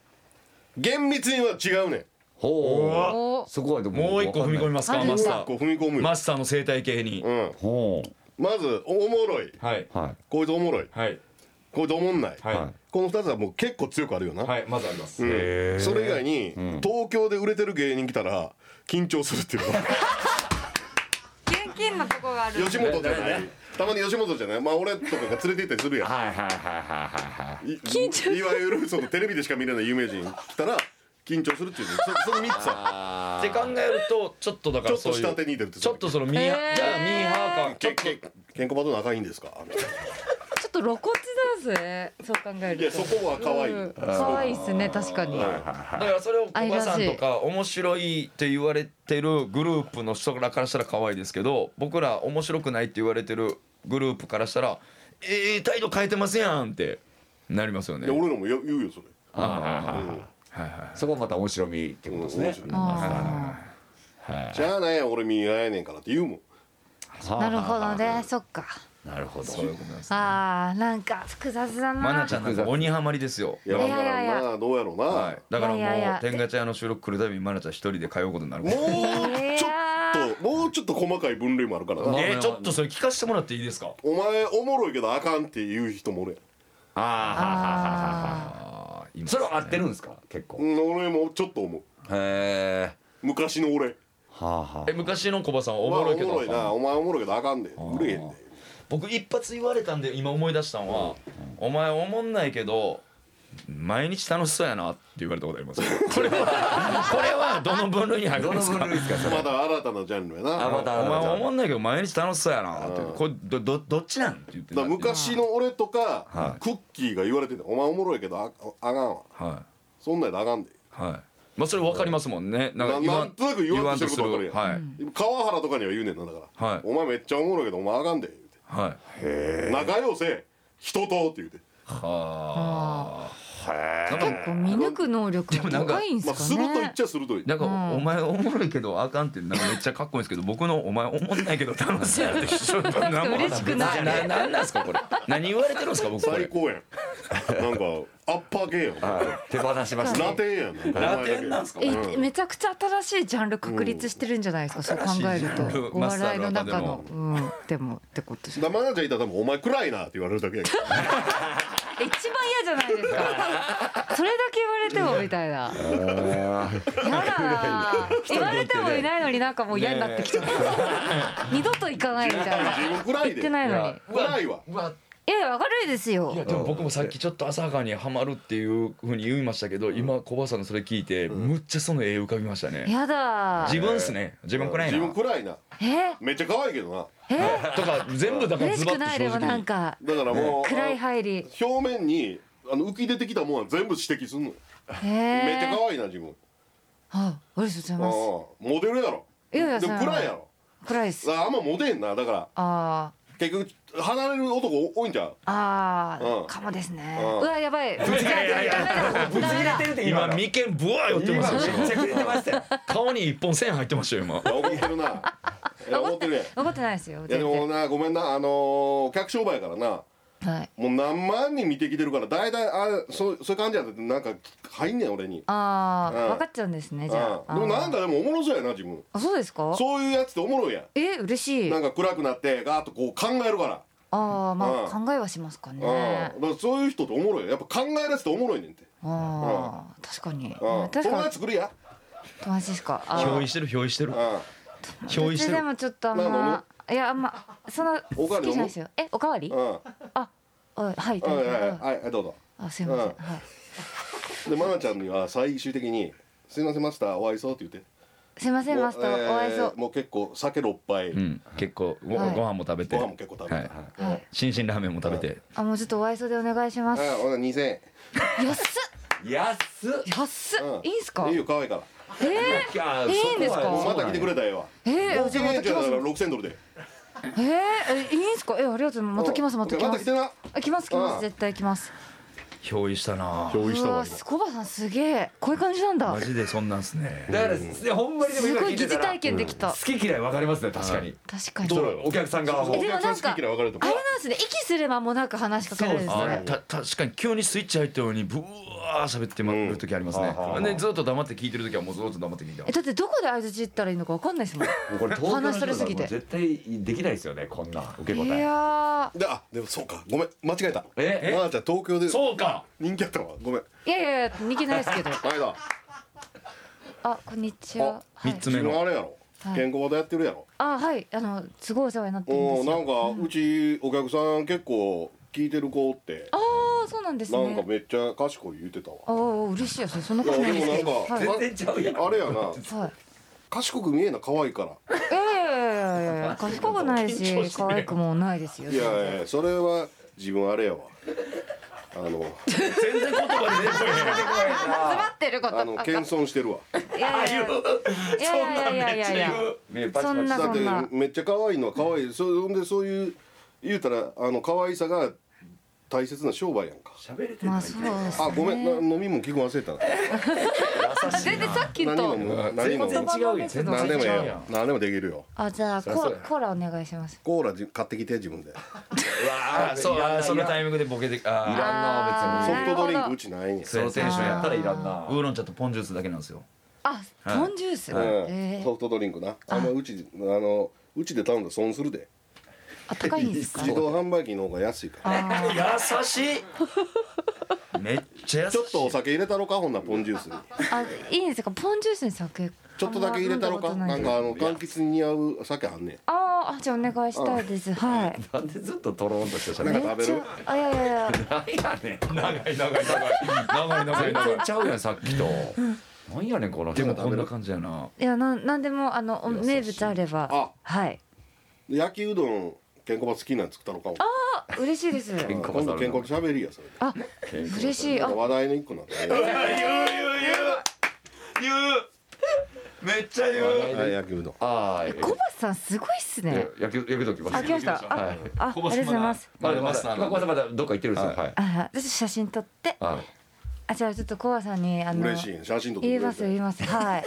厳密には違うねんほおうそこはでもう一個踏み込みますかあるんだマスタこうー踏み込むよマスターの生態系に、うんほまずおもろいうはいうはいこいつおもろいはいこいつおもんないはい、はこの2つはもう結構強くあるよなはい、まずあります、うんへーそれ以外に東京で売れてる芸人来たら緊張するっていうのは キュンキュンのとこがある吉本じゃないたまに吉本じゃないまあ俺とかが連れて行ったりするやんはいはいはいはいはいいいわゆるそのテレビでしか見れない有名人来たら緊張するっていうのそその3つはって考えるとちょっとだかちょらっそとういう下手に出るってちょっとそのミーハー、えーじゃあミーハー感ちょけっとけ健康バトの仲いいんですかみたいなちょっとと露骨なんですねそう考えるといやそこは可愛いうん可愛いですね確かにだからそれをコバさんとか面白いって言われてるグループの人らからしたら可愛いですけど僕ら面白くないって言われてるグループからしたら「えー、態度変えてますやん」ってなりますよねいや。俺らも言う言うよそれああはいはいはいそこはまた面白みってことですね。あじゃあね俺見合えねんからって言うもんあなるほどねそっかなるほど。あーなんか複雑だマナなちゃんなんか鬼ハマりですよ。いやいだやいやからいやまあどうやろうな、はい、だからもいやいやいうや天下茶屋の収録来るたびにマナちゃん一人で通うことになるもうちょいっともうちょっと細かい分類もあるからなえー、ちょっとそれ聞かせてもらっていいですかお前おもろいけどあかんって言う人もおるあああーー。今それは合ってるんですか結やん構。うん俺もちょっと思うへえ。昔の俺はあはえ昔のコバさんはおおも前ろおいけどもろいなお前おもろいけどあかんで売れへんで僕一発言われたんで今思い出したのは「お前おもんないけど毎日楽しそうやな」って言われたことあります これはこれはどの分類に入るどんのです分か類ですかそれま。だ新たなジャンルやなあまだかたお前おもんないけど毎日楽しそうやなってこれどどどっちなんって言ってら昔の俺とかはいクッキーが言われてたお前おもろいけどあああかんわはそんなんやったらあかんでいはいまあそれ分かりますもんねなんかな言わなんとなく言わんとしてること言わわんと川原とかには言うねんなだから、はいお前めっちゃおもろいけどお前あかんで言うてはいはい仲良せ人とって言うてはあ結構見抜く能力が高いんますあすかると言っねちゃすると言うなんか、うんお前おもろいけどあかんってなんかめっちゃかっこいいんですけど僕のお前おもんないけど楽しい やって一緒にかに嬉しくないななんなんですかこれ何言われてるんですか僕こ最れ高やんなんかアッパー系やん手 放しました。ラテンやんなんかラテンなんすかお前だけえめちゃくちゃ新しいジャンル確立してるんじゃないです新か、しいそう考えジャンるルとおマスター笑いのの中中でものうんでもってことじゃんだマナちゃんいたら多分お前暗いなって言われるだけやん一番嫌じゃないですかそれだけ言われてもみたいなやだ言われてもいないのになんかもう嫌になってきちゃった、二度と行かないみたいな自分暗い言っでてないのに暗いわうわいや明るいですよいやでも僕もさっきちょっと浅はかにはまるっていうふうに言いましたけど今小林さんのそれ聞いてむっちゃその絵浮かびましたねやだ自分っすね自分くらい自な分暗いなえめっちゃ可愛いけどなえとか全部だからズ嬉しバくッとない正でも直なんにかだからもう、暗い入りあの表面にあの浮き出てきたもんは全部指摘すんのよえめっちゃえ可愛いな自分あありがとうございああますモデルやろいやいやでもそれは暗いやろ暗いですああんまモテんなだからあ結局離れる男多いんちゃうーあうんーかもですねうんうわや ばいダメだ ダメぶち切れだてるって今の眉間ブワー寄ってますよ今めっちゃ切れてましたよ。顔に一本線入ってましたよ今いや怒ってるないや怒ってる やんい怒ってないですよやで全も然なごめんなあのー客商売やからなはいもう何万人見てきてるから大体あれそうそういう感じやったってなんか入んねん俺にあうあん分かっちゃうんですねうんじでゃあもなんあーかでもおもろそうやな自分あそうですかそういうやつっておもろいやえ嬉しんいなんか暗くなってガーッとこう考えるからああまあうん考えはしますかうねんだからそういう人っておもろいよやっぱ考えるやつっておもろいねんってああ確かにうん確友かに達来るや友達ですかあ憑依ーしてる憑依してるう憑依して別るでもちょっとあんまあまいやあんまそのおかわ好り飲むきじゃないですよえおかわりんうんあはいいたはいだはいきますはいはいどうぞあすいませんうんはいでマナちゃんには最終的に「すいませんマスターお会いそう」って言ってすいませんマスタもうえーーお会いそうもう結構酒6杯うん結構ご,、はいご飯も食べてご飯も結構食べてはいはい新進ラーメンも食べて、あもうちょっとお会いそうでお願いしますあ俺2000円安っ安っ。安っうんいいんすかいいよ可愛いからえーいやいいんですかそこはまた来てくれたらええわえー合じ計ゃあま現地た来だまかすら6000ドルでえーえいいんすかえありがとうまた来ますまた来ままた来てすなあ来ます来うんます絶対来ます憑依したな憑依しうたわわ今スコバさんすげえこういう感じなんだマジでそんなんすねだからねほんまにでもす今ご聞いい疑てた似ら体験できた好き嫌い分かりますね確かに。確かにそうよお客さん側おもえでも客さなんんか好き嫌い分かれてあれなんですね息すればもうなんか話しかけられるんですあれねた確かに急にスイッチ入ったようにブワー喋ってまる時ありますね、でずっと黙って聞いてる時はもうずっと黙って聞いてまえすだってどこで相槌言ったらいいのかわかんないですもんいもうこれ東京の話さ人れだすかぎらもてう絶対できないですよねこんな受け答え。やであでもそうかごめん間違えたえマナちゃん東京でそうか人気やったわごめんーいやいやいや逃げないですけど前田あこんにちははい三つ昨目日のあれやろはい健康バタやってるやろあはいあのすごいお世話になってるんうでんすなんよかうちお客さん結構聞いてる子ってああそうなんですなんかねめっちゃ賢い言うてたわああ嬉しいですそんないことなやいでですけどもはいなんか全然ちゃうやん。あれやなはい賢く見えんな可愛いからいやいやいやいやいや賢くないし可愛くもないですよいやいやそれは自分あれやわあ の全然言葉に出てこ詰まってることあの謙遜してるわいやいやいやいやいやいやいへやんな目パチパそんチなだっそんなてめっちゃ可愛いのは可愛いそほんでそういう言うたらあの可愛さが大切な商売やんか喋れてまあそうですねあごめんな飲みも聞くの忘れたな全然さっき何と飲む何全飲む然違うよ全然何でもええ違うやよん何でもできるよあじゃあそりゃコそうーやコーラお願いしますコーラじ買ってきて自分でわあそうあーそのタイイミングでボケてあーいらんなあソ別にーフトドリンクうちないねんそのテンションやったらいらんなウーロン茶とポンジュースだけなんですよあポンジュースうえんーソフトドリンクなあんまうちあのうちで頼んだら損するであ高いんですか自動販売機の方が安いから優しいめっちゃ優しいちょっとお酒入れたろかほんならポンジュースにあいいんですかポンジュースに酒ちょっとだけ入れたろあかんま飲なんんだこといかあの柑橘に似合う酒あんねんあーあじゃあお願いしたいですはいなんでずっととろんとして喋なるんか食べちるょあいやいやいや何やねん長い長い長い長い長い全長い然ちゃうやんさっきとなんやねんこので人もこんな感じやないやなんなんでもあのお優しい名物あればあはい焼きうどんケンコバ好きなん作ったろかあ嬉しいです健康今度健康しゃべりやそれであ嬉しいなあんか話題の一個なんだね言うめっちゃ言うはい焼きうどんあ小橋さんすごいっすね焼き焼きときますあ来ましたはあいあありがとうございますまだまマだスターまだまだどっか行ってるんですよはいあ私写真撮ってはいあじゃあちょっと小橋さんにあの嬉しいね写真撮って言いくれますて言いますはい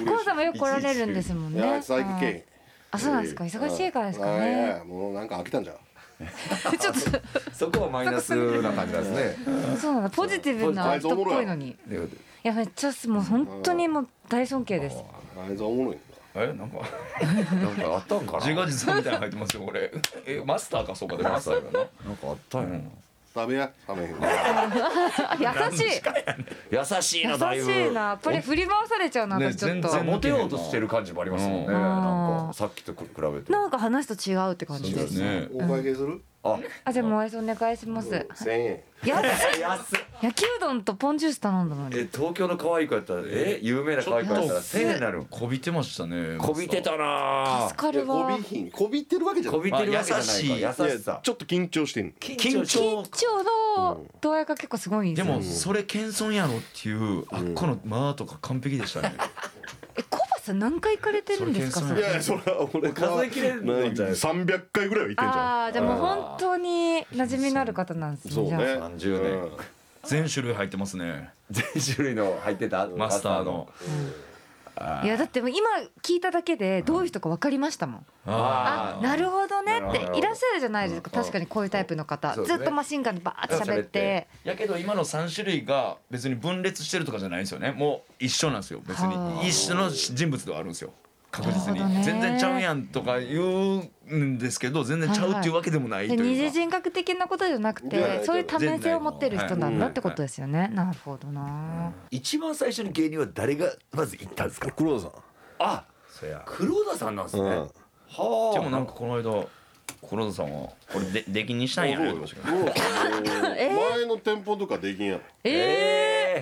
嬉しい小橋さんもよく来られるんですもんいやあねいつ最近けえへんあそうなんですか忙しいからですかあいやいねやもうなんか飽きたんじゃんちょっそこはマイナスな感じなんですねとそうなんだポジティブな人っぽいのにいということでやめっちゃすもう本当にもう大尊敬ですあいつはおもろいんだえなんかなんかあったんかな自画自賛みたいなの入ってますよ俺えマスターかそうかでマスターやなんかあったんや食べや食べへんあ優しいな優しいなだいぶ優しいなやっぱり振り回されちゃうな私ちょっねと全あ然モテようとしてる感じもありますもんね、うんなんかさっきと比べてなんか話と違うって感じですなねお会計するああじゃあもうアイスお願いします安1000円い安っ焼きうどんとポンジュース頼んだのにえ東京の可愛い子やったらえ有名な可愛い子やったら1000円になるこびてましたねこびてたな助かいやるこわびひんこびってるわけじゃなこいびてるわけじゃないからい優やしちょさっと緊張してんの緊緊張の度合いが結構すごいんでですよもそれ謙遜やろっていうあっこの間とか完璧でしたねえコバさん何回行かれてるんですかそれそいれやいやそれは俺が数え切れるもんじゃない300回ぐらいは行ってんじゃああじゃあもう本当に馴染みのある方なんでんすそうねじねゃ30あ年うん全種類入ってますね全種類の入ってたマスターのいやだってもう今聞いただけでどういう人か分かりましたもんあなるほどなねるほっどなるほどていらっしゃるじゃないですか確かにこういうタイプの方そうでずすっねとマシンガンでバーって喋ってやけど今の3種類が別に分裂してるとかじゃないんですよねもう一緒なんですよ別はあに一緒の人物ではあるんですよ確実になるほどね全然ちゃうやんとか言うんですけど全然ちゃうっていうわけでもないとでい二うか次人格的なことじゃなくじゃなていそういう多面性を持ってる人なんだはいってことですよねなるほどな一番最初に芸人は誰がまず行ったんですか黒田さあそや黒田さんなんですね、うんはあでもなんかこの間黒田さんはこれ で出禁にしたんやそうよ言うてましたけどもう前の店舗とかできんやえ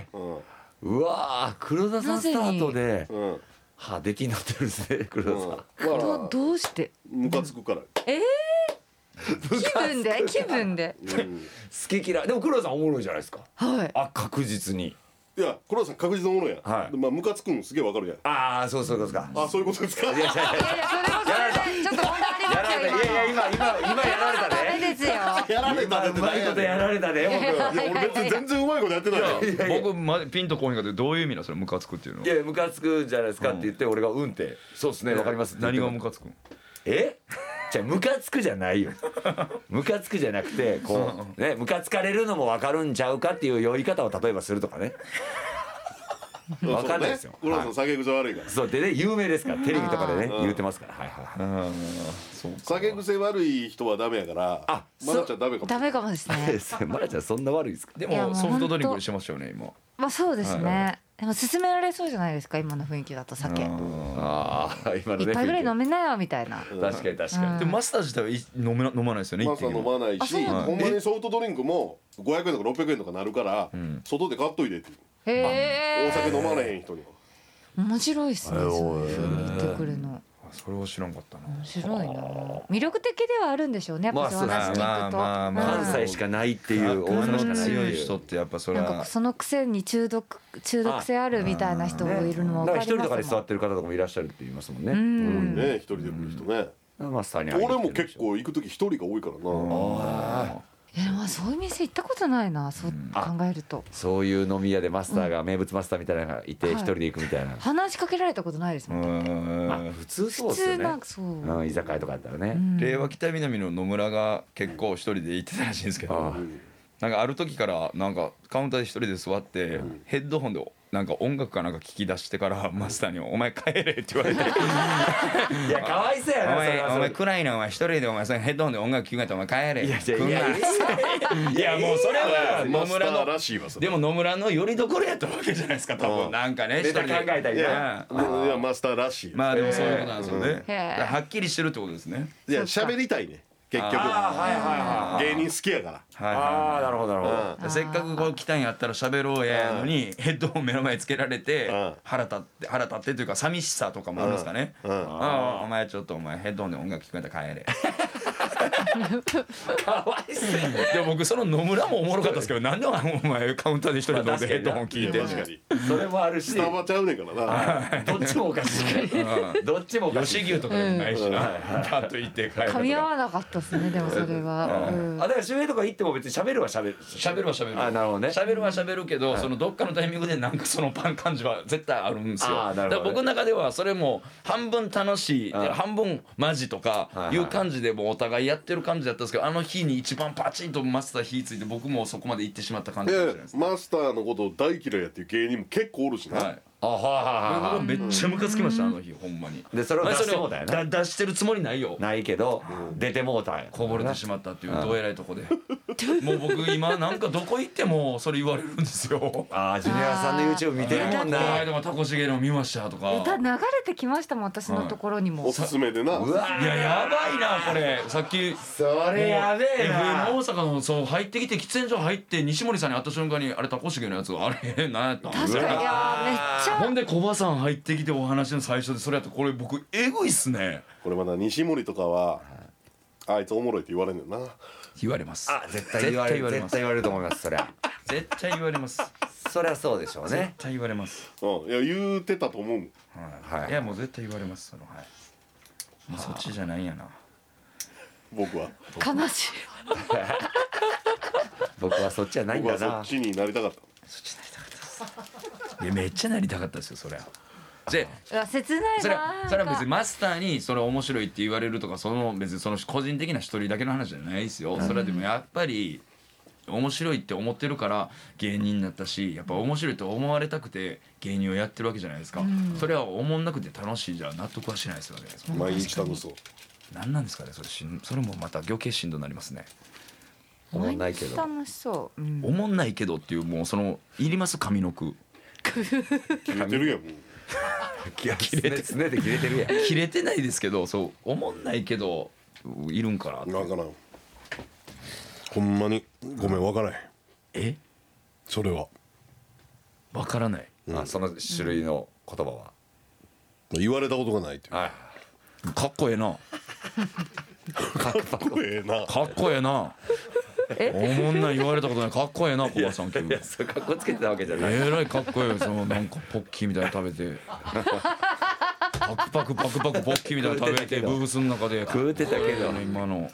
ええろー、うわー黒田さんスタートでうんうんはあ出禁になってるんですね 黒田さん、どまあどうしてムカつくから気 分で気分でうん好き嫌いでも黒田さんおもろいじゃないですかはいあ確実にいや黒田さん確実のものやはいでまあムカつくんすげえわかるやんああそうそうですかあそういうことですかいやいやそれもそれでちょっと問題ありやられますよたいやいや今今今やられた 今のダねメですよやられた今ねうまいことやられた ねいや俺別に全然うまいことやってないよ僕まピンとこうへんかってどういう意味なんそれムカつくっていうの僕いやムカつくじゃないですかって言って俺がうんってそうですねわかりますって言っ何てがムカつくんえじゃあムカつくじゃないよムカつくじゃなくてこうねムカつかれるのもわかるんちゃうかっていう酔い方を例えばするとかねそうわかんないですよね黒田さん酒癖悪いからそうでね有名ですからテレビとかでねあー言ってますからはいはいはい酒癖悪い人はダメやからあまだちゃんダメかもダメかもですね マラちゃんそんな悪いですかでいやももうソフトドリンクにしてましたよね今まあそうですねでも勧められそうじゃないですか今の雰囲気だと酒ああ今の一ね杯ぐらい飲めなよみたいな確かに確かにでもマスター自体はい飲めな飲まないですよねマスター飲まないあそうしなのほんまにソフトドリンクも500円とか600円とかなるから外で買っといてってへおえ酒飲まれへん人に面白いっすねそういうふうに言ってくるのそれを知らんかったな面白いな魅力的ではあるんでしょうねやっぱまあそういう話聞くと、まあまあまあうん関西しかないっていう大阪しかないって強いいう人ってやっぱそれなんかはその癖に中毒中毒性あるみたいな人もいるのもだか分から一人りますとかで座もんってる方とかもいらっしゃるって言いますもんうね。んね一人で来る人ねまあスターに会いに俺来てもるでし結ょ構行く時一人が多いからなえまあそういう店行ったことないなそう考えるとそういう飲み屋でマスターが、名物マスターみたいなのがいはてい一人で行くみたいな、話しかけられたことないですもんうんまあ普通そう普ですよ通ねなんかそうう、ん、居酒屋とかだったらね、うん令和北南の野村が結構一人で行ってたらしいんですけあどなんかある時からなんかカウンターで一人で座ってヘッドホンでなんか音楽かなんか聞き出してからマスターに「お前帰れ」って言われ て「あいやかわいそうおやなそれ前はおそ前れ暗いなお前一人でお前そのヘッドホンで音楽聴くんやったらお前帰れ」いやいやいや来んないやもうそれは野マスタ村ーのらしいわそれでも野村のよりどころやったわけじゃないですか多分なんかねネタ考えたりいなやいやマスターらしい、まあでもそういうことなんですよねだへえからはっきりしてるってことですねいや喋りたいね結局あはいはいはい芸人好きやからはいはいああなるほどなるほど、でせっかくこう来たんやったら喋ろうやのにヘッドホン目の前につけられてうん腹立って腹立ってというか寂しさとかもあるんですかねうんうんああお前ちょっとお前ヘッドホンで音楽聴くんやったら帰れかわいそうやな でも僕その野村もおもろかったですけどなんでお前カウンターで一人で飲んでヘッドホン聞いてんの確かにそれもあるしスタバちゃうねんからなどっちもおかしいどっちもおかしい 吉牛とかでもないしなパッと行って帰る噛み合わなかったですねでもそれは、うんあだから周辺とか行っても別に喋るは喋る喋るは喋るあなるほどね喋るは喋るけど、そのどっかのタイミングでなんかそのパン感じは絶対あるんですよあーなるほどだねから僕の中ではそれも半分楽しいん半分マジとかはいいはいう感じでもうお互いやってる感じだったんですけどあの日に一番パチンとマスター火ついて僕もそこまで行ってしまった感じかもしれないでです、マスターのことを大嫌いやっていう芸人も結構おるしな、はいあはいはいはい僕はもめっちゃムカつきましたあの日ほんまにいでそれを出してもうたよそれをなだ出してるつもりないよないけど出てもうたんやこぼれてしまったっていうどうえらいとこでもう僕今なんかどこ行ってもそれ言われるんですよああジュニアさんの YouTube 見てるもんこのな間もタコシゲの見ましたとか歌流れてきましたもん私のところにも、おすすめでなうわいややばいなこれさっきそれやべえな FM 大阪のそう入ってきて喫煙所入って西森さんに会った瞬間にあれタコシゲのやつあれ何やったん確かにいやめっちほゃんで小バさん入ってきてお話の最初でそれやったらこれ僕エグいっすねこれまだ西森とかはあいつおもろいって言われんねんな言われますあ絶対言われる絶対言われると思いますそりゃ絶対言われます絶そりゃそうでしょうね対言われますうんいや言うてたと思うもんはいいやもう絶対言われますそのはいもうそっちじゃないんやな僕は悲しい僕はそっちはないん僕だはそなっちになりたかったいやめっちゃなりたかったですよそりゃでうわ切な いそれはなそれは別にマスターにそれ面白いって言われるとかその別にその個人的な一人だけの話じゃないですよそれはでもやっぱり面白いって思ってるから芸人になったしやっぱ面白いと思われたくて芸人をやってるわけじゃないですか、それは思んなくて楽しいじゃ納得はしないですよね毎日楽しそう何なんですかねそれしんそれもまた余計しんどなりますねおもんないけど楽しそう、うん、思んないけどっていうもうそのいります上の句言ってるやんもう切れてすねて切れてるやん切れてないですけどそう思んないけどいるんかなってなんかなほんまにごめんわからへんえそれはわからないあその種類の言葉は、言われたことがないっていうはいかっこええなこれええなかっこええな。おもんない言われたことないかっこええな小林さん急にいやそうかっこつけてたわけじゃない、えらいかっこええそのなんかポッキーみたいなの食べてパクパクパクパクポッキーみたいなの食べてブースの中で食うてたけど今の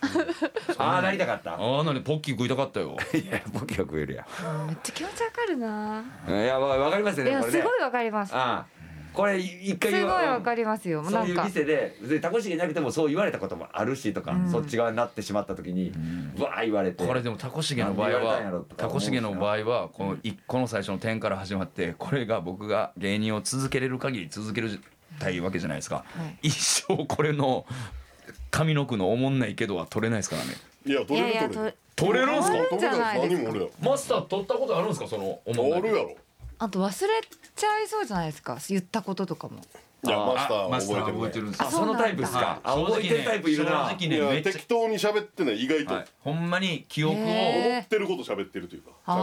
ああなりたかったああなにポッキー食いたかったよいやボケは食えるやめっちゃ気持ちわかるなんいやわわかりますよいねやこれすねごいわかりますああこれ一す回ごいわかりりますよそなうんいうか店で別にタコシゲなくてもそう言われたこともあるしとか、そっち側になってしまった時にわあ言われてこれでもタコシゲの場合なんで言われたんやろはとかタ思うコしシなゲの場合はこの一個の最初の点から始まってこれが僕が芸人を続けれる限り続けるたいわけじゃないですか、い一生これの上の句のおもんないけどは取れないですからねいやどいれやいやもと取れ取れるんすかどれだ何も俺やマスター取ったことあるんですかそのおもんなあいるやろあと忘れちゃいそうじゃないですか言ったこととかもいやマスターあマはスター覚えてる覚えねてるんですあよそそうなんのだタイプですかあ覚えてるタイプいる正な直ねいめやっちゃ適当に喋ってない意外とはい、ほんまに記憶をへ思ってること喋ってるというかちゃんあ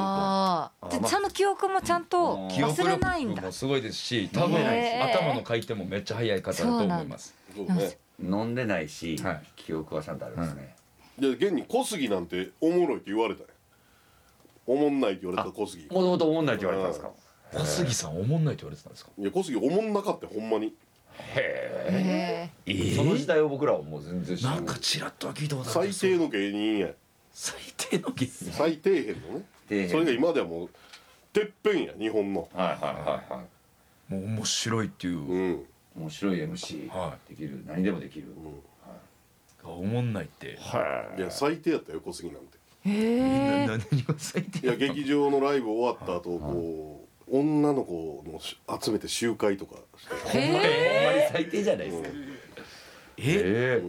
ああまあちゃんと記憶もちゃんと記憶忘れないん力だもすごいですし多分へー頭の回転もめっちゃ速い方だと思いますとそうね飲んでないし、はい記憶はちゃんとあるんですね、で現に小杉なんておもろいって言われたねおもんないって言われた小杉いもともと思んないって言われてたんですか、小杉さんおもんないって言われてたんですかや小杉おもんなかったよほんまにへその時代を僕らはもう全然知らななんいかちらっとは聞いたことある最低の芸人や最低の芸人最底辺のねでそれが今ではもうてっぺんや日本のはいはいはいはもう面白いっていう、うんい面白い MC、はできる何でもできる、おもんないっていや最低やったよ小杉なんてえへえ何が最低いや劇場のライブ終わった後こう女の子のし集めて集会とかしてへえほんまに最低じゃないですか、え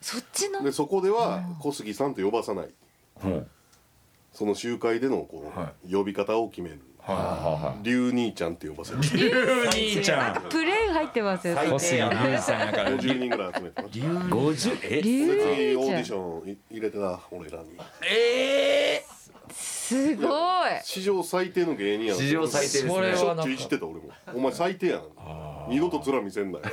そっちのでそこでは小杉さんと呼ばさないうんその集会でのこはう呼び方を決める龍兄ちゃんって呼ばせる兄ちなゃんかプレイ入ってますよん小最低杉やな龍さんやから50人ぐらい集めてなで次50オえーリデュィウシちゃんョンい入れてな俺らにすごい史上最低の芸人やな史上最低ですねそれしはょっちゅういじってた俺もお前最低やん二度と面見せんなよ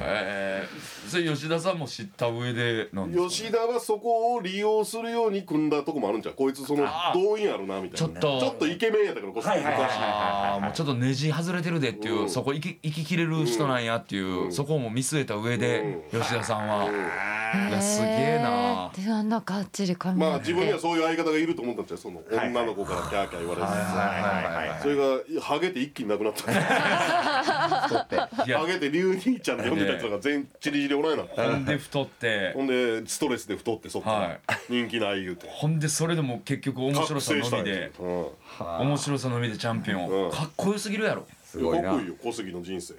えー、それ吉田さんも知った上でなんですか吉田はそこを利用するように組んだとこもあるんじゃうこいつその動員あるなみたちょいなっとちょっとイケメンやったからこそ、ああもうちょっとネジ外れてるでっていう、うんそこ行き行ききれる人なんやっていう、うんそこをもう見据えた上で、吉田さんは、いやすげえなであんながっちり髪まあの毛自分にはそういう相方がいると思ったんちゃうその女の子からキャーキャー言われて、それがハゲて一気になくなったハゲて龍兄ちゃんって呼んでたやつらが全員チリチリおらんようになったほんで太ってほんでストレスで太ってそっから、はい人気ない言うてほんでそれでも結局面白さのみで覚醒したんや面白さのみでチャンピオン、うんかっこよすぎるやろうん、いやかっこいいよ小杉の人生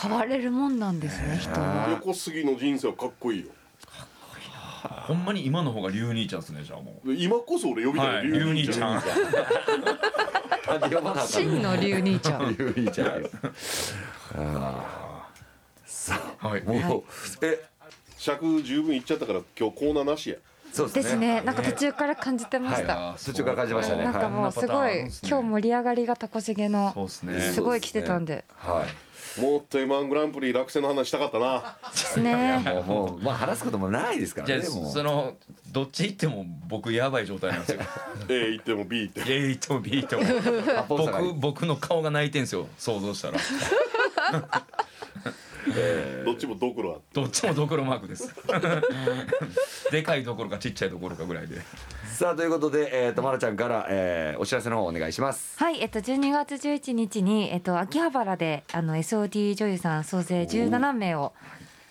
変われるもんなんですね人は横杉の人生はかっこいいよほんまに今の方が龍兄ちゃんですねじゃあもで今こそ俺呼びう、たはいい、龍龍兄ちゃんあ呼ばなあかん真の龍兄ちゃん言ういいじゃないはいもうえ尺十分いっちゃったから今日コーナーなしやそうでですすねねなんか途中から感じてました、あー途中から感じましたねなんかもうすごい、今日盛り上がりがタコシゲそうのですねすごい来てたんではもっと M1 グランプリ落選の話したかったなですねいもうもうまあ話すこともないですからじゃねあもうそのどっち行っても僕やばい状態なんです よ A 行っても B 行っても A 行っても B 行ってもアポさんが僕僕の顔が泣いてんすよ想像したらどっちもドクロあってどっちもドクロマークです でかいどころかちっちゃいどころかぐらいでさあということでえーとまるちゃんからえーお知らせの方お願いしますはい、えっと、12月11日に、えっと、秋葉原であの SOD 女優さん総勢17名を、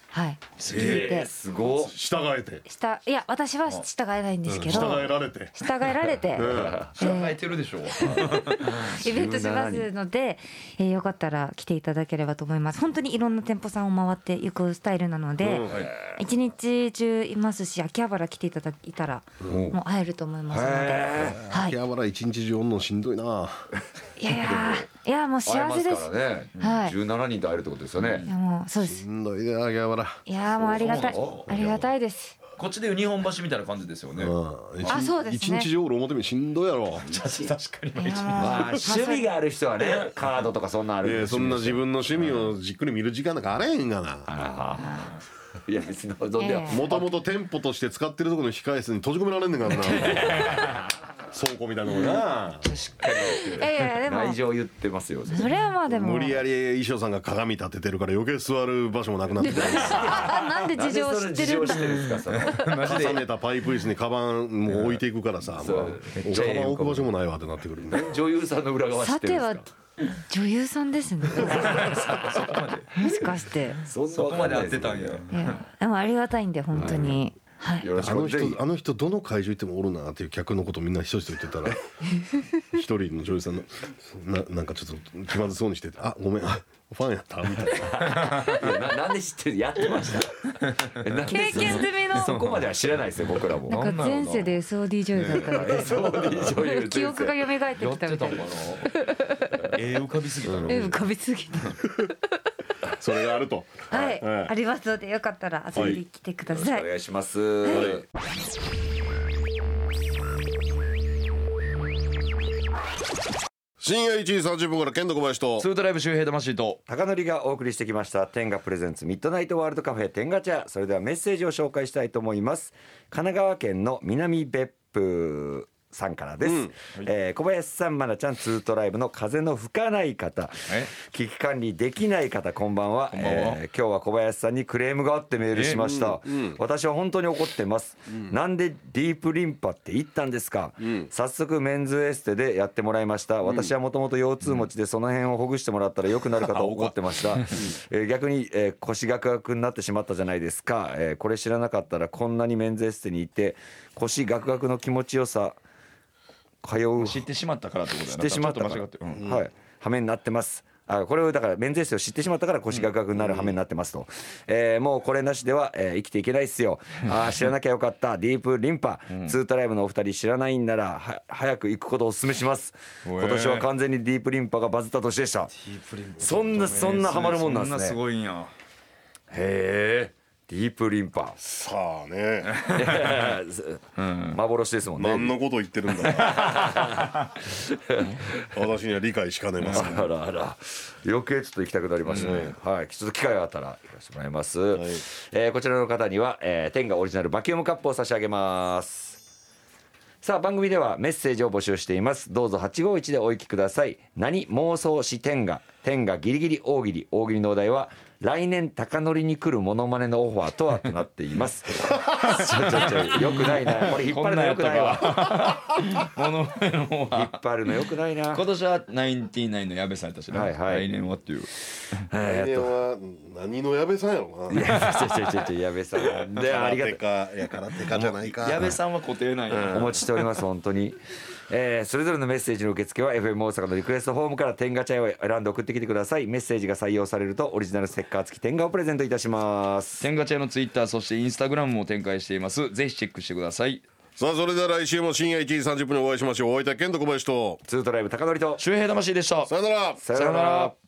はい、聞いえーてすごっ従えてしたいや私は従えないんですけど、従えられて従えられて、知らないてるでしょイベントしますので、えーよかったら来ていただければと思います本当にいろんな店舗さんを回っていくスタイルなので、一日中いますし秋葉原来ていただいたら、もう会えると思いますので、はい、秋葉原一日中おんのしんどいないやいやいやもう会え幸ませすでかすらねはい17人と会えるってことですよいねやもうそうでしすんどいで秋葉原いやもうありがたいありがたいですこっちでいう日本橋みたいな感じですよねうん一日あそうですね一日中俺表面しんどいやろ確かにまあ趣味がある人はねカードとかそんなんあいやるそんな自分の趣味をじっくり見る時間なんかあれへんがな。いや別に望んではえもともと店舗として使ってるところの控え室に閉じ込められんねんからな。 倉庫みたいなのな。いやいやでも内情言ってますよそれはまあでも無理やり衣装さんが鏡立ててるから余計座る場所もなくなって るあなんで事情な知ってるんんでそれ事情知だってるんですかそれ重ねたパイプ椅子にカバンも置いていくからさ、もうめっちゃええカバン置く場所もないわってなってくるんで女優さんの裏側知っさてるてんではすか女優さんですねもしかしてそんなそこまで会ってたわかんんなやいですいやでもありがたいんで本当にはいよろしあくのお願いし人あの人どの会場行ってもおるなっていう客のことみんなひとひと言ってたら 一人の女優さんのななんかちょっと気まずそうにしてて「あごめんあファンやった」みた いな。ますなんで知ってるやってましたなんで経験済みのそこまでは知らないですよ僕らも なんか前世で SOD 女優だったのでそうでしょ記憶が蘇ってきたみたいな 絵浮かびすぎたのえ浮かびすぎたそれがあるとはい、はいありますのでよかったら遊びに来てください、お願いします。深夜1時30分から剣道小林とツートライブ周平魂と高典がお送りしてきました天ガプレゼンツミッドナイトワールドカフェ天ガチャそれではメッセージを紹介したいと思います神奈川県の南別府さんからです、えー小林さんまなちゃんツートライブの風の吹かない方危機管理できない方こんばんはえー今日は小林さんにクレームがあってメールしました、私は本当に怒ってます、なんでディープリンパって言ったんですか、早速メンズエステでやってもらいました私はもともと腰痛持ちでその辺をほぐしてもらったら良くなるか と思ってました、えー逆に、えー腰がくがくになってしまったじゃないですか、えーこれ知らなかったらこんなにメンズエステにいて腰ガクガクの気持ちよさ通う知ってしまったからってことだよ知っなてしまったちょかっとら間違ってるうんはい、羽目になってます。あこれをだからメンズエステを知ってしまったから腰がガクになる羽目になってますと、えーもうこれなしでは、えー生きていけないっすよ あー知らなきゃよかったディープリンパ、ツートライブのお二人知らないんならは早く行くことをお勧めします今年は完全にディープリンパがバズった年でしたそんなそんなハマるもんなんですねそんなすごいんやへえディープリンパさあ ね幻ですもんね何のこと言ってるんだか 私には理解しかねますあらあら余計ちょっと行きたくなりましたね、はいちょっと機会があったら行かせてもらいます、えーこちらの方には、えー、天がオリジナルバキュームカップを差し上げますさあ番組ではメッセージを募集していますどうぞ851でお行きください何妄想し天が天がギリギリ大喜利大喜利のお題は来年高乗りに来るモノマネのオファーとはとなっていますちょちょちょよくないなこれ引っ張るのよくないわものの引っ張るのよくない今な年はナインティナインの矢部さんやったしな、はいはい来年はっていうえ来ーっ年とは何の矢部さんやろいなやちょちょちょちょ矢部 さんでありがとう空手かいや空手かじゃないか矢部さんは固定なんや、お持ちしております本当に、えーそれぞれのメッセージの受付は FM 大阪のリクエストフォームから天ガチャを選んで送ってきてくださいメッセージが採用されるとオリジナルステッカー付き天ガをプレゼントいたします千賀チャのツイッターそしてインスタグラムも展開していますぜひチェックしてくださいさあそれでは来週も深夜1時30分にお会いしましょうお相手は剣道小林とツートライブ高典と周平魂でしたさよならさようなら